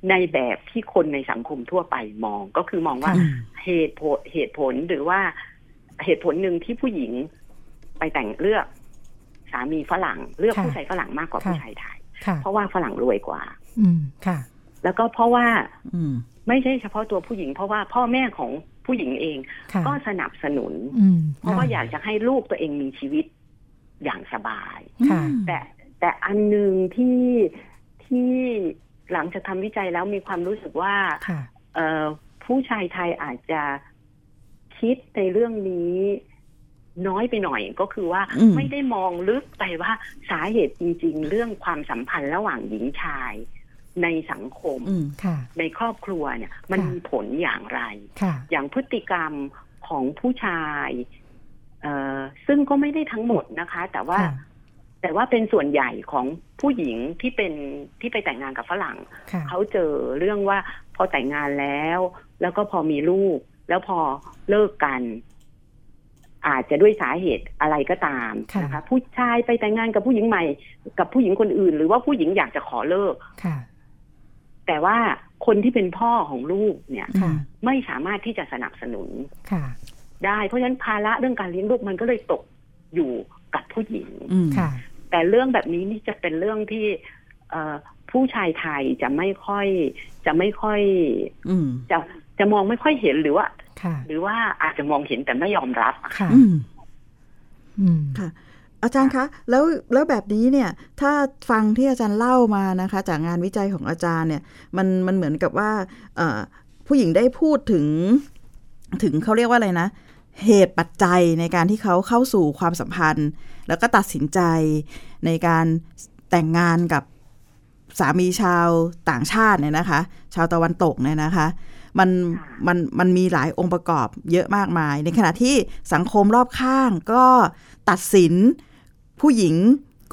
ในแบบที่คนในสังคมทั่วไปมองก็คือมองว่า
ค่ะ
เหตุผลเหตุผลหรือว่าเหตุผลหนึ่งที่ผู้หญิงไปแต่งเลือกสามีฝรั่งเลือก
ค่ะ
ผู้ชายฝรั่งมากกว่า
ค่ะ
ผู้ชายไทย
ค่ะ
เพราะว่าฝรั่งรวยกว่า
อืมค่ะ
แล้วก็เพราะว่า
อืม
ไม่ใช่เฉพาะตัวผู้หญิง เพราะว่าพ่อแม่ของผู้หญิงเอง
ค่ะ
ก็สนับสนุน
อืม
เพราะว่าอ
ค่ะ
ยากจะให้ลูกตัวเองมีชีวิตอย่างสบาย
ค่ะ
แต่แต่อันหนึ่งที่ที่หลังจากทำวิจัยแล้วมีความรู้สึกว่า
ค่ะ
เอ่อผู้ชายไทยอาจจะคิดในเรื่องนี้น้อยไปหน่อยก็คือว่า
อืม
ไม่ได้มองลึกไปว่าสาเหตุจริง ๆ เรื่องความสัมพันธ์ระหว่างหญิงชายในสังคม
อืม
ค่ะ
ในครอบครัวเนี่ย มัน
ค่ะ
มีผลอย่างไร
ค่ะ
อย่างพฤติกรรมของผู้ชายเอ่อซึ่งก็ไม่ได้ทั้งหมดนะคะ แต่ว่า
ค่ะ
แต่ว่าเป็นส่วนใหญ่ของผู้หญิงที่เป็นที่ไปแต่งงานกับฝรั่ง
ค่ะ
เขาเจอเรื่องว่าพอแต่งงานแล้ว แล้วก็พอมีลูก แล้วพอเลิกกัน อาจจะด้วยสาเหตุอะไรก็ตาม
ค่ะ
นะคะ ผู้ชายไปแต่งงานกับผู้หญิงใหม่ กับผู้หญิงคนอื่น หรือว่าผู้หญิงอยากจะขอเลิก
ค่ะ
แต่ว่าคนที่เป็นพ่อของลูกเนี่ย
ค่ะ
ไม่สามารถที่จะสนับสนุน
ค่ะ
ได้ เพราะฉะนั้นภาระเรื่องการเลี้ยงลูกมันก็เลยตกอยู่กับผู้หญิง
อืม
ค่ะ
แต่เรื่องแบบนี้นี่จะเป็นเรื่องที่เออผู้ชายไทยจะไม่ค่อย จะไม่ค่อย
อืม
จะจะมองไม่ค่อยเห็นหรือว่า
ค่ะ
หรือว่าอาจจะมองเห็นแต่ไม่ยอมรับอะ
ค่ะ
อืม
อืม
ค่ะ อาจารย์คะ แล้วแล้วแบบนี้เนี่ย ถ้าฟังที่อาจารย์เล่ามานะคะ จากงานวิจัยของอาจารย์เนี่ย มันมันเหมือนกับว่าเอ่อผู้หญิงได้พูดถึง ถึงเขาเรียกว่าอะไรนะ เหตุปัจจัยในการที่เขาเข้าสู่ความสัมพันธ์ แล้วก็ตัดสินใจในการแต่งงานกับสามีชาวต่างชาติเนี่ยนะคะ ชาวตะวันตกเนี่ยนะคะ มันมันมันมีหลายองค์ประกอบเยอะมากมาย ในขณะที่สังคมรอบข้างก็ตัดสินผู้หญิง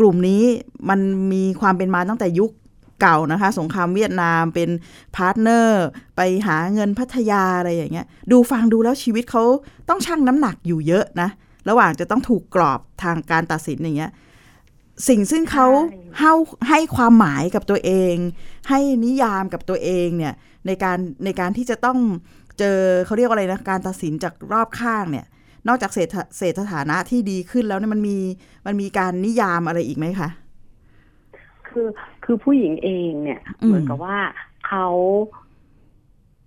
กลุ่มนี้มันมีความเป็นมาตั้งแต่ยุคเก่านะคะ สงครามเวียดนามเป็นพาร์ทเนอร์ ไปหาเงินพัทยาอะไรอย่างเงี้ย ดูฟังดูแล้วชีวิตเขาต้องชั่งน้ำหนักอยู่เยอะนะ ระหว่างจะต้องถูกกรอบทางการตัดสินอย่างเงี้ยสิ่งซึ่งเขาให้ให้ความหมายกับตัวเอง ให้นิยามกับตัวเองเนี่ย ในการในการที่จะต้องเจอเขาเรียกว่าอะไรนะการตัดสินจากรอบข้างเนี่ย นอกจากเศรษฐเศรษฐฐานะที่ดีขึ้นแล้วเนี่ยมันมีมันมีการนิยามอะไรอีกไหมคะ
คือคือผู้หญิงเองเนี่ย
อืม
เหมือนกับว่าเขา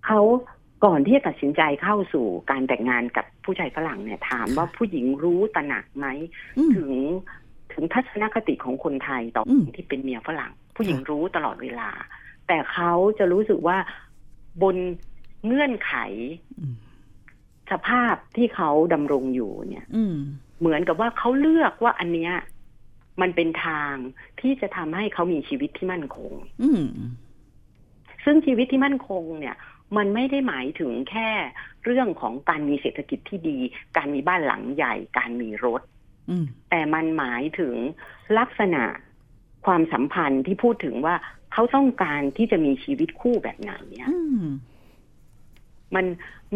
เขาก่อนที่จะตัดสินใจเข้าสู่การแต่งงานกับผู้ชายฝรั่งเนี่ย ถามว่าผู้หญิงรู้ตระหนักไหม
อืม
ถึงถึงทัศนคติของคนไทยต่ออ
ม
ที่เป็นเมียฝรั่ง ผู้หญิง
ค่ะ
รู้ตลอดเวลา แต่เขาจะรู้สึกว่าบนเงื่อนไข
อืม
สภาพที่เขาดำรงอยู่เนี่ย
อืม
เหมือนกับว่าเขาเลือกว่าอันเนี้ยมันเป็นทางที่จะทำให้เขามีชีวิตที่มั่นคง
อืม
ซึ่งชีวิตที่มั่นคงเนี่ย มันไม่ได้หมายถึงแค่เรื่องของการมีเศรษฐกิจที่ดี การมีบ้านหลังใหญ่ การมีรถ
อืม
แต่มันหมายถึงลักษณะความสัมพันธ์ที่พูดถึงว่าเขาต้องการที่จะมีชีวิตคู่แบบไหนเนี่ย
อืม
มัน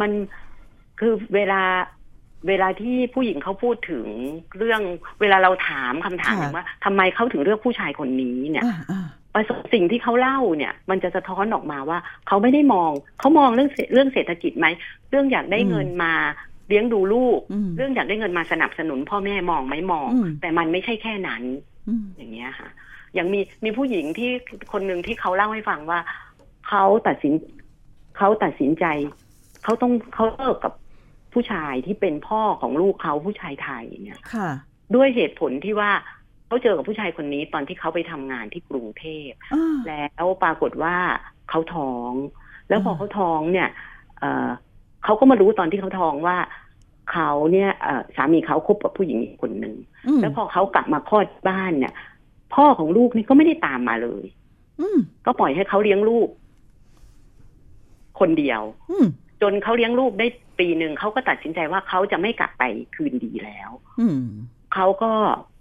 มันคือเวลาเวลาที่ผู้หญิงเขาพูดถึงเรื่องเวลาเราถามคำถามหนึ่งว่าทำไมเขาถึงเลือกผู้ชายคนนี้เนี่ย
อ่าอ่า
ประสบสิ่งที่เขาเล่าเนี่ย มันจะสะท้อนออกมาว่า เขาไม่ได้มองเขามองเรื่องเศรเรื่องเศรษฐกิจไหมเรื่องอยากได้เงินมาเลี้ยงดูลูก
อืม
เรื่องอยากได้เงินมาสนับสนุนพ่อแม่มองไหมมอง
อืม
แต่มันไม่ใช่แค่นั้น
อืม
อย่างเงี้ยค่ะ อย่างมีมีผู้หญิงที่คนหนึ่งที่เขาเล่าให้ฟังว่าเขาตัดสินเขาตัดสินใจเขาต้องเขาเลิกกับผู้ชายที่เป็นพ่อของลูกเขาผู้ชายไทยเนี่ย
ค่ะ
ด้วยเหตุผลที่ว่าเขาเจอกับผู้ชายคนนี้ตอนที่เขาไปทำงานที่กรุงเทพ
อ่า
แล้วปรากฏว่าเขาท้อง แล้วพอ
อ่า
เขาท้องเนี่ย เอ่อเขาก็มารู้ตอนที่เขาท้องว่าเขาเนี่ยเอ่อสามีเขาคบกับผู้หญิงอีกคนหนึ่ง
ม
แล้วพอเขากลับมาคลอดบ้านเนี่ย พ่อของลูกนี่ก็ไม่ได้ตามมาเลย
อืม
ก็ปล่อยให้เขาเลี้ยงลูก คนเดียว
อืม
จนเขาเลี้ยงลูกได้ปีหนึ่งเขาก็ตัดสินใจว่าเขาจะไม่กลับไปคืนดีแล้ว
อืม
เขาก็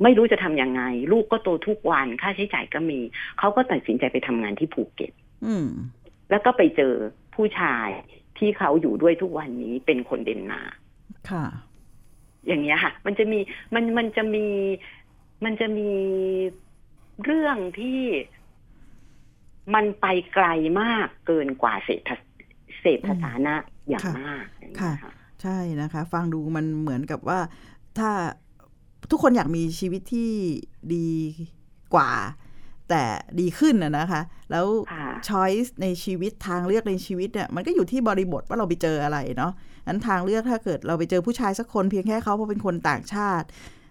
ไม่รู้จะทำยังไง ลูกก็โตทุกวันค่าใช้จ่ายก็มี เขาก็ตัดสินใจไปทำงานที่ภูเก็ต
อืม
แล้วก็ไปเจอผู้ชายที่เขาอยู่ด้วยทุกวันนี้เป็นคนเดนมาร์ก
ค่ะ
อย่างเงี้ยค่ะ มันจะมีมันมันจะมีมันจะมีเรื่องที่มันไปไกลมากเกินกว่าเศรษฐเศรษฐฐานะอย่าง
ค่ะ
มากอย่างเงี้ย
ค่ะ ใช่นะคะ ฟังดูมันเหมือนกับว่าถ้าทุกคนอยากมีชีวิตที่ดีกว่า แต่ดีขึ้นนะนะคะ แล้ว
ค่ะ
ช้อยส์ในชีวิตทางเลือกในชีวิตเนี่ยมันก็อยู่ที่บริบทว่าเราไปเจออะไรเนาะอันทางเลือกถ้าเกิดเราไปเจอผู้ชายสักคนเพียงแค่เขาเพราะเป็นคนต่างชาติ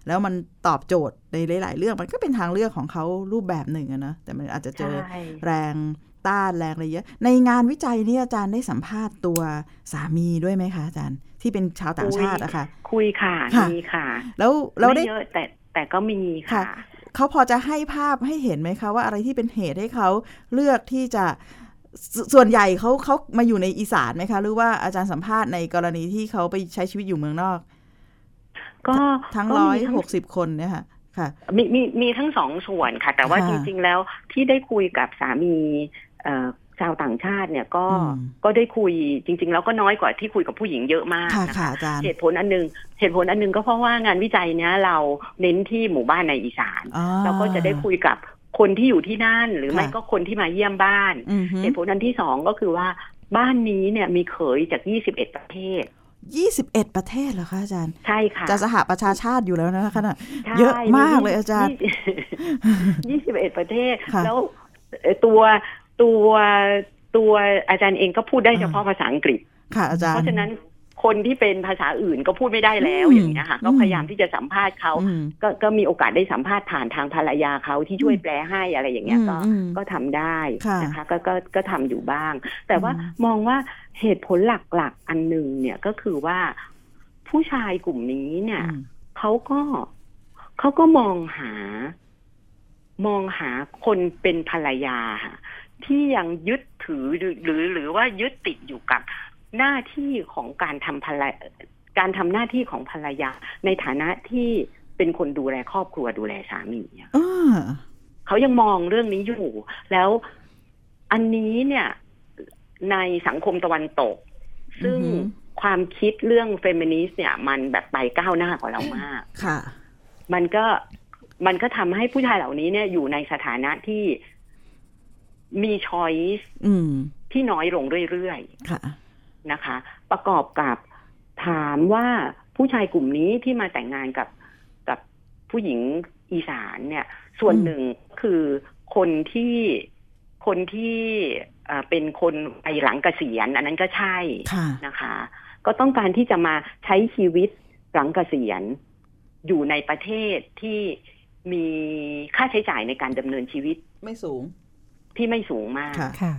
แล้วมันตอบโจทย์ในหลาย ๆ เรื่องมันก็เป็นทางเลือกของเขารูปแบบหนึ่งอะนะแต่มันอาจจะเจอ
ใช่
แรงต้านแรงอะไรเยอะ ในงานวิจัยนี่อาจารย์ได้สัมภาษณ์ตัวสามีด้วยไหมคะอาจารย์ ที่เป็นชาวต่างชาติอะค่ะ
คุยค่ะ
ค่ะ
มีค่ะ
แล้วเราได้
ไม่เยอะแต่แต่ก็มีค่ะ
ค่ะ เขาพอจะให้ภาพให้เห็นไหมคะว่าอะไรที่เป็นเหตุให้เขาเลือกที่จะสส่วนใหญ่เขาเขามาอยู่ในอีสานไหมคะ หรือว่าอาจารย์สัมภาษณ์ในกรณีที่เขาไปใช้ชีวิตอยู่เมืองนอก
ก็
ทั้ง
ก็
ร้อย
มีทั้
หกสิบคนเนี่ยค่ะค่ะ
มีมีมีทั้งสองส่วนค่ะ แต่ว่า
ค่ะ
จริง ๆ แล้วที่ได้คุยกับสามีเอ่อชาวต่างชาติเนี่ยก็
อืม
ก็ได้คุยจริง ๆ แล้วก็น้อยกว่าที่คุยกับผู้หญิงเยอะมาก
ค่ะ
นะ
ค่ะ
คะ
อาจารย์
เหตุผลอันหนึงเหตุผลอันหนึงก็เพราะว่างานวิจัยเนี้ยเราเน้นที่หมู่บ้านในอีสาน
อ่
เราก็จะได้คุยกับคนที่อยู่ที่นั่น หรือ
ค่ะ
ไม่ก็คนที่มาเยี่ยมบ้าน
อือหือ
เหตุผลอันที่สองก็คือว่าบ้านนี้เนี่ยมีเขยจาก 21 ประเทศ
ยี่สิบเอ็ดประเทศเหรอคะอาจารย์
ใช่ค่ะ
จะสหประชาชาติอยู่แล้วนะคะน่ะ
ใช่
เยอะมากเลยอาจารย์
ยี่สิบเอ็ดประเทศ
ค่ะ
แล้วเอ่อตัวตัวตัวอาจารย์เองก็พูดได้
อ่า
เฉพาะภาษาอังกฤษ
ค่ะอาจารย์
เพราะฉะนั้น คนที่เป็นภาษาอื่นก็พูดไม่ได้แล้ว
อืม
อย่างเงี้ยค่ะ
อืม
ก็พยายามที่จะสัมภาษณ์เขา
อืม
ก็ก็มีโอกาสได้สัมภาษณ์ผ่านทางภรรยาเขาที่ช่วย
อืม
แปลให้อะไรอย่างเงี้ยก็
อืมอืม
ก็ทำได้
ค่ะ
นะคะก็ก็ก็ทำอยู่บ้าง แต่ว่า
อืม
มองว่าเหตุผลหลักๆอันหนึ่งเนี่ยก็คือว่าผู้ชายกลุ่มนี้เนี่ย
อืม
เขาก็เขาก็มองหา มองหาคนเป็นภรรยาค่ะที่ยังยึดถือหรือหรือหรือว่ายึดติดอยู่กับหน้าที่ของการทำภรรยการทำหน้าที่ของภรรยา ในฐานะที่เป็นคนดูแลครอบครัวดูแลสามีอะ
อ่า
เขายังมองเรื่องนี้อยู่ แล้วอันนี้เนี่ยในสังคมตะวันตก ซึ่ง
อือหือ
ความคิดเรื่องเฟมินิสต์เนี่ย มันแบบไปก้าวหน้ากว่าเรามาก
ค่ะ
มันก็มันก็ทำให้ผู้ชายเหล่านี้เนี่ยอยู่ในสถานะที่มีช้อยส์
อืม
ที่น้อยลงเรื่อย
ค่ะ
ๆนะคะ ประกอบกับถามว่าผู้ชายกลุ่มนี้ที่มาแต่งงานกับกับผู้หญิงอีสานเนี่ย ส่วน
อืม
หนึ่งคือคนที่คนที่เอ่อเป็นคนไปหลังเกษียณ อันนั้นก็ใช่
ค่ะ
นะคะ ก็ต้องการที่จะมาใช้ชีวิตหลังเกษียณ อยู่ในประเทศที่มีค่าใช้จ่ายในการดำเนินชีวิต
ไม่สูง
ที่ไม่สูงมาก
ค่ะ
ค่ะ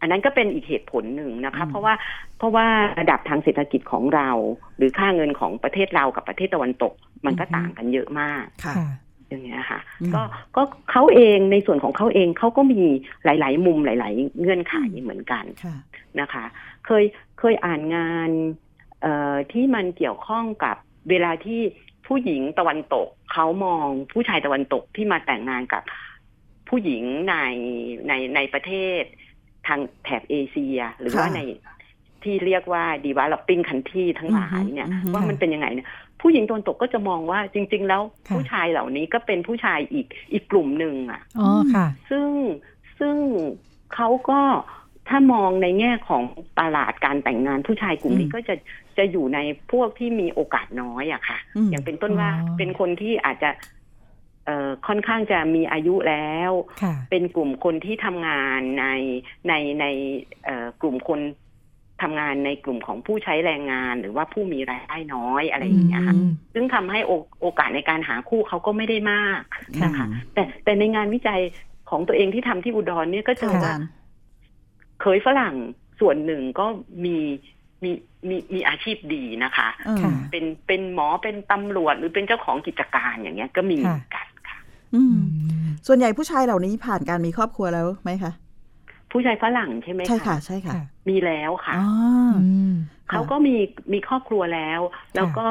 อันนั้นก็เป็นอีกเหตุผลหนึ่งนะคะ
อืม
เพราะว่าเพราะว่าระดับทางเศรษฐกิจของเรา หรือค่าเงินของประเทศเรากับประเทศตะวันตก มันก็ต่างกันเยอะมาก
ค่ะ
ค่ะ
อย่างเงี้ยค่ะ
อืม
ก็ก็เขาเองในส่วนของเขาเองเขาก็มีหลาย ๆ มุมหลาย ๆ เงื่อนไขเหมือนกัน
ค่ะ
นะคะเคยเคยอ่านงานเอ่อที่มันเกี่ยวข้องกับเวลาที่ผู้หญิงตะวันตก เขามองผู้ชายตะวันตกที่มาแต่งงานกับผู้หญิงในในในประเทศทางแถบเอเชีย หรือว่า
ค่ะ
ในที่เรียกว่า developing country ทั้งหลายเนี่ย
อือฮึอือฮึ
ว่ามันเป็นยังไงเนี่ยผู้หญิงตะวันตกก็จะมองว่าจริง ๆ แล้ว
ค่ะ
ผู้ชายเหล่านี้ก็เป็นผู้ชายอีกอีกกลุ่มหนึ่งอ่ะ
อ๋อค่ะ
ซึ่งซึ่งเขาก็ถ้ามองในแง่ของตลาดการแต่งงานผู้ชายกลุ่มนี้
อืม
ก็จะจะอยู่ในพวกที่มีโอกาสน้อยอะค่ะ
อืม
อย่างเป็นต้นว่า
อ๋อ
เป็นคนที่อาจจะเอ่อค่อนข้างจะมีอายุแล้ว
ค่ะ
เป็นกลุ่มคนที่ทำงานในในในเอ่อกลุ่มคนทำงานในกลุ่มของผู้ใช้แรงงาน หรือว่าผู้มีรายได้น้อยอะไรอย่างเงี้ยค่ะ
อืม
ซึ่งทำให้โอโอกาสในการหาคู่เขาก็ไม่ได้มากนะคะ
อืม
แต่แต่ในงานวิจัยของตัวเองที่ทำที่อุดรเนี่ยก็เจอ
อา
ว่า
จารย์
เคยฝรั่งส่วนหนึ่งก็มีมีมีมีอาชีพดีนะคะ
อืม
ค่ะ
เป็นเป็นหมอเป็นตำรวจหรือเป็นเจ้าของกิจการอย่างเงี้ย ก็มีเหมือนกันค่ะ
อืม
อืม
ส่วนใหญ่ผู้ชายเหล่านี้ผ่านการมีครอบครัวแล้วไหมคะ
ผู้ชายฝรั่งใช่ไหม
ใช่ค่ะ ใช่ค่ะ
ค่ะ
มีแล้วค่ะ
อ๋อ
อืม
เขาก็มีมีครอบครัวแล้ว แล้วก็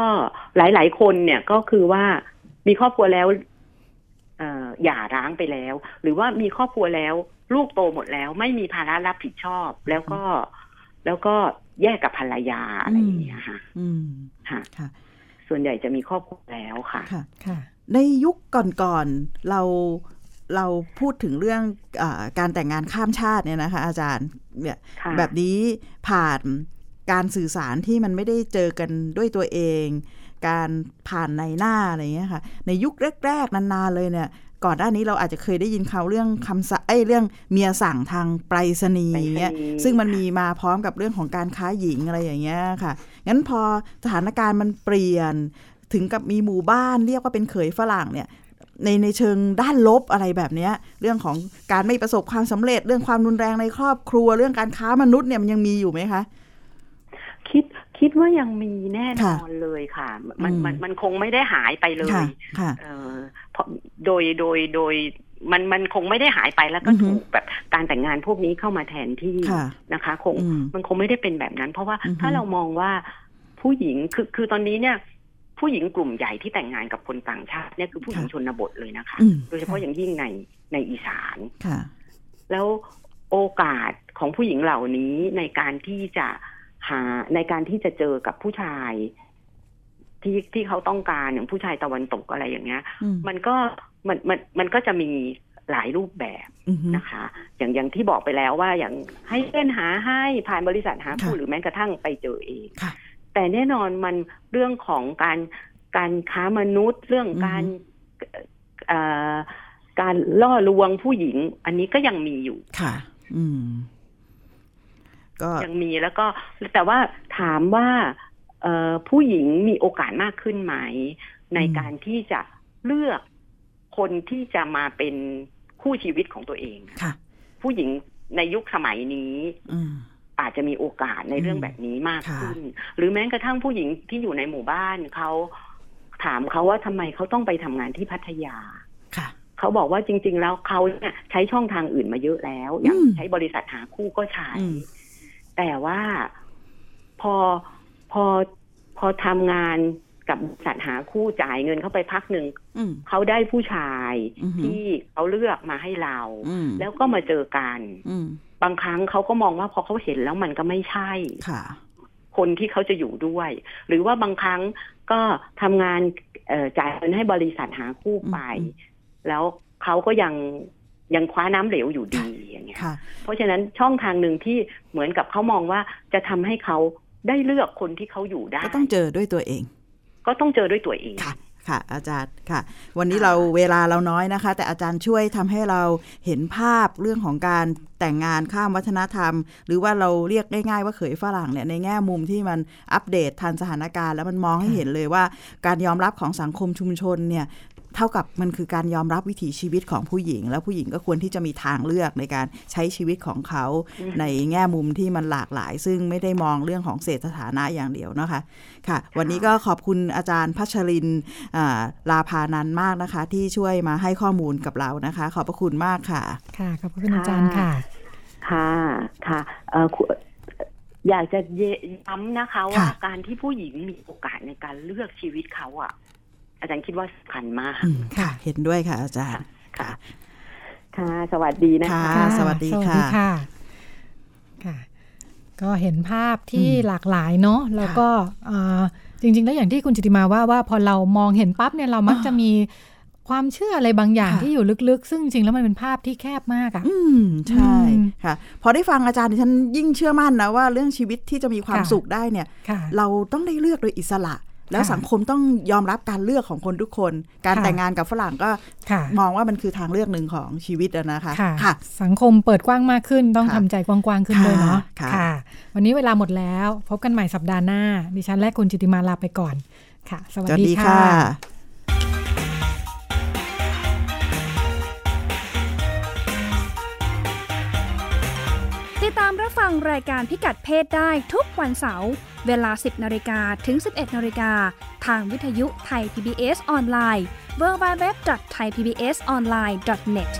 หลาย ๆ คนเนี่ยก็คือว่ามีครอบครัวแล้วเอ่อหย่าร้างไปแล้ว หรือว่ามีครอบครัวแล้ว ลูกโตหมดแล้ว ไม่มีภาระรับผิดชอบ แล้วก็ แล้วก็แยกกับภรรยาอะไรอย่างเงี้ยค่ะ
อืม
ค่ะ
ค่ะ
ส่วนใหญ่จะมีครอบครัวแล้วค่ะ
ค่ะ
ค่ะ
ในยุคก่อนๆ เราเราพูดถึงเรื่องอาการแต่งงานข้ามชาติเนี่ยนะคะ อาจารย์เนี่ย
ค่ะ
แบบนี้ผ่านการสื่อสารที่มันไม่ได้เจอกันด้วยตัวเอง การผ่านในหน้าอะไรอย่างเงี้ยค่ะ ในยุคแรกๆนานๆเลยเนี่ย ก่อนหน้านี้เราอาจจะเคยได้ยินเขาเรื่องคำสั่งเอ้ยเรื่องเมียสั่งทางไปรษณีย์อย่างเงี้ย ซึ่งมันมีมาพร้อมกับเรื่องของการค้าหญิงอะไรอย่างเงี้ยค่ะ งั้นพอสถานการณ์มันเปลี่ยน ถึงกับมีหมู่บ้านเรียกว่าเป็นเขยฝรั่งเนี่ย ในในเชิงด้านลบอะไรแบบเนี้ย เรื่องของการไม่ประสบความสำเร็จเรื่องความรุนแรงในครอบครัว เรื่องการค้ามนุษย์เนี่ยมันยังมีอยู่ไหมคะ
คิดคิดว่ายังมีแน่น
ค่ะ
อนเลยค่ะ มัน
อืม
มันมันคงไม่ได้หายไปเลย
ค่ะค่ะ
เอ่อเพราะโดยโดยโดยมันมันคงไม่ได้หายไปแล้วก็
อือฮึ
ถูกแบบการแต่งงานพวกนี้เข้ามาแทนที่
ค่ะ
นะคะ คง
อืม
มันคงไม่ได้เป็นแบบนั้น เพราะว่า
อือฮึ
ถ้าเรามองว่าผู้หญิงคือคือตอนนี้เนี่ย ผู้หญิงกลุ่มใหญ่ที่แต่งงานกับคนต่างชาติเนี่ยคือผู้หญิงชนบทเลยนะคะ
อืม
โดยเฉพาะอย่างยิ่งในในอีสาน
ค่ะ
แล้วโอกาสของผู้หญิงเหล่านี้ในการที่จะหาในการที่จะเจอกับผู้ชาย ที่ที่เขาต้องการอย่างผู้ชายตะวันตกอะไรอย่างเงี้ย
อืม
มันก็มันมันมันก็จะมีหลายรูปแบบ
อือฮึ
นะคะ อย่างอย่างที่บอกไปแล้วว่าอย่างให้เพื่อนหาให้ผ่านบริษัทหาคู่
ค่ะ
หรือแม้กระทั่งไปเจอเอง
ค่ะ
แต่แน่นอนมันเรื่องของการการค้ามนุษย์ เรื่องการเอ่อการล่อลวงผู้หญิง อันนี้ก็ยังมีอยู่
ค่ะ อืม ก็
ยังมีแล้วก็แต่ว่าถามว่า เอ่อผู้หญิงมีโอกาสมากขึ้นไหม ในการที่จะเลือกคนที่จะมาเป็นคู่ชีวิตของตัวเอง
ค่ะ
ผู้หญิงในยุคสมัยนี้
อืม
อาจจะมีโอกาสในเรื่อง
อืม
แบบนี้มาก
ค่ะ
ขึ้น หรือแม้กระทั่งผู้หญิงที่อยู่ในหมู่บ้านเขาถามเขาว่าทำไมเขาต้องไปทำงานที่พัทยา
ค่ะ
เขาบอกว่าจริง ๆ แล้วเขาเนี่ยใช้ช่องทางอื่นมาเยอะแล้ว อย่าง
อืม
ใช้บริษัทหาคู่ก็ใช้
อืม
แต่ว่าพอพอพอทำงานกับบริษัทหาคู่จ่ายเงินเข้าไปพักหนึ่ง
อืม
เขาได้ผู้ชาย
อือหือ
ที่เขาเลือกมาให้เรา
อืม
แล้วก็มาเจอกัน
อืม
บางครั้งเขาก็มองว่าพอเขาเห็นแล้วมันก็ไม่ใช่
ค่ะ
คนที่เขาจะอยู่ด้วย หรือว่าบางครั้งก็ทำงานเอ่อจ่ายเงินให้บริษัทหาคู่ไป
อืม
แล้วเขาก็ยังยังคว้าน้ำเหลวอยู่ดีอย่างเงี้ย
ค่ะ
เพราะฉะนั้นช่องทางหนึ่งที่เหมือนกับเขามองว่าจะทำให้เขาได้เลือกคนที่เขาอยู่ได้
ก็ต้องเจอด้วยตัวเอง
ก็ต้องเจอด้วยตัวเอง
ค่ะ ค่ะ อาจารย์ค่ะ วันนี้
ค่ะ
เราเวลาเราน้อยนะคะ แต่อาจารย์ช่วยทำให้เราเห็นภาพเรื่องของการแต่งงานข้ามวัฒนธรรม หรือว่าเราเรียกง่ายๆว่าเขยฝรั่งเนี่ยในแง่มุมที่มันอัปเดตทันสถานการณ์ แล้วมันมองให้เห็นเลยว่า การยอมรับของสังคมชุมชนเนี่ย เท่ากับมันคือการยอมรับวิถีชีวิตของผู้หญิง แล้วผู้หญิงก็ควรที่จะมีทางเลือกในการใช้ชีวิตของเขา
อืม
ในแง่มุมที่มันหลากหลาย ซึ่งไม่ได้มองเรื่องของเศรษฐฐานะอย่างเดียวนะคะค่ะ วันนี้ก็ขอบคุณอาจารย์พัชรินอ่าลาพานันท์มากนะคะ ที่ช่วยมาให้ข้อมูลกับเรานะคะ ขอบพระคุณมากค่ะ
ค่ะขอบพระคุณอาจารย์ค่ะ
ค่ะค่ะเอ่อคุณอยากจะเยย้ำนะคะว่า
ค่ะ
การที่ผู้หญิงมีโอกาสในการเลือกชีวิตเขาอะอาจารย์คิดว่าสำคัญมาก
อืมค่ะ เห็นด้วยค่ะ อาจารย์
ค่ะ ค่ะ สวัสดีนะคะ
ค่ะ สวัสดี
ส
ค่ะ
วัสดีค่ะค่ะ ก็เห็นภาพที่
อืม
หลากหลายเนาะแล้วก็เอ่อจริง ๆ แล้วอย่างที่คุณจิติมาว่าว่าพอเรามองเห็นปั๊บเนี่ยเรามักจะมีความเชื่ออะไรบางอย่าง
ค่ะ
ที่อยู่ลึกๆ ซึ่งจริงๆแล้วมันเป็นภาพที่แคบมากอะ
อืม ใช่
อืม
ค่ะ พอได้ฟังอาจารย์ดิฉันยิ่งเชื่อมั่นนะว่าเรื่องชีวิตที่จะมีความ
ค่ะ
สุขได้เนี่ย
ค่ะ
เราต้องได้เลือกโดยอิสระ แล้ว
ค่ะ
สังคมต้องยอมรับการเลือกของคนทุกคน การ
ค่ะ
แต่งงานกับฝรั่งก็
ค่ะ
มองว่ามันคือทางเลือกหนึ่งของชีวิตอะนะคะ
ค่ะ สังคมเปิดกว้างมากขึ้น ต้อง
ค่ะ
ทำใจกว้างๆขึ้นด้วยเนาะ
ค่ะ
วันนี้เวลาหมดแล้ว พบกันใหม่สัปดาห์หน้า ดิฉันและคุณจิติมาลาไปก่อนค่ะ สวัส
สวัส
ดี
ดี
ค่ะ
ค่ะ
ติดตามรับฟังรายการพิกัดเพศได้ทุกวันเสาร์เวลา 10นาฬิกาถึง 11นาฬิกาทางวิทยุไทย PBS ออนไลน์ www.thaipbsonline.net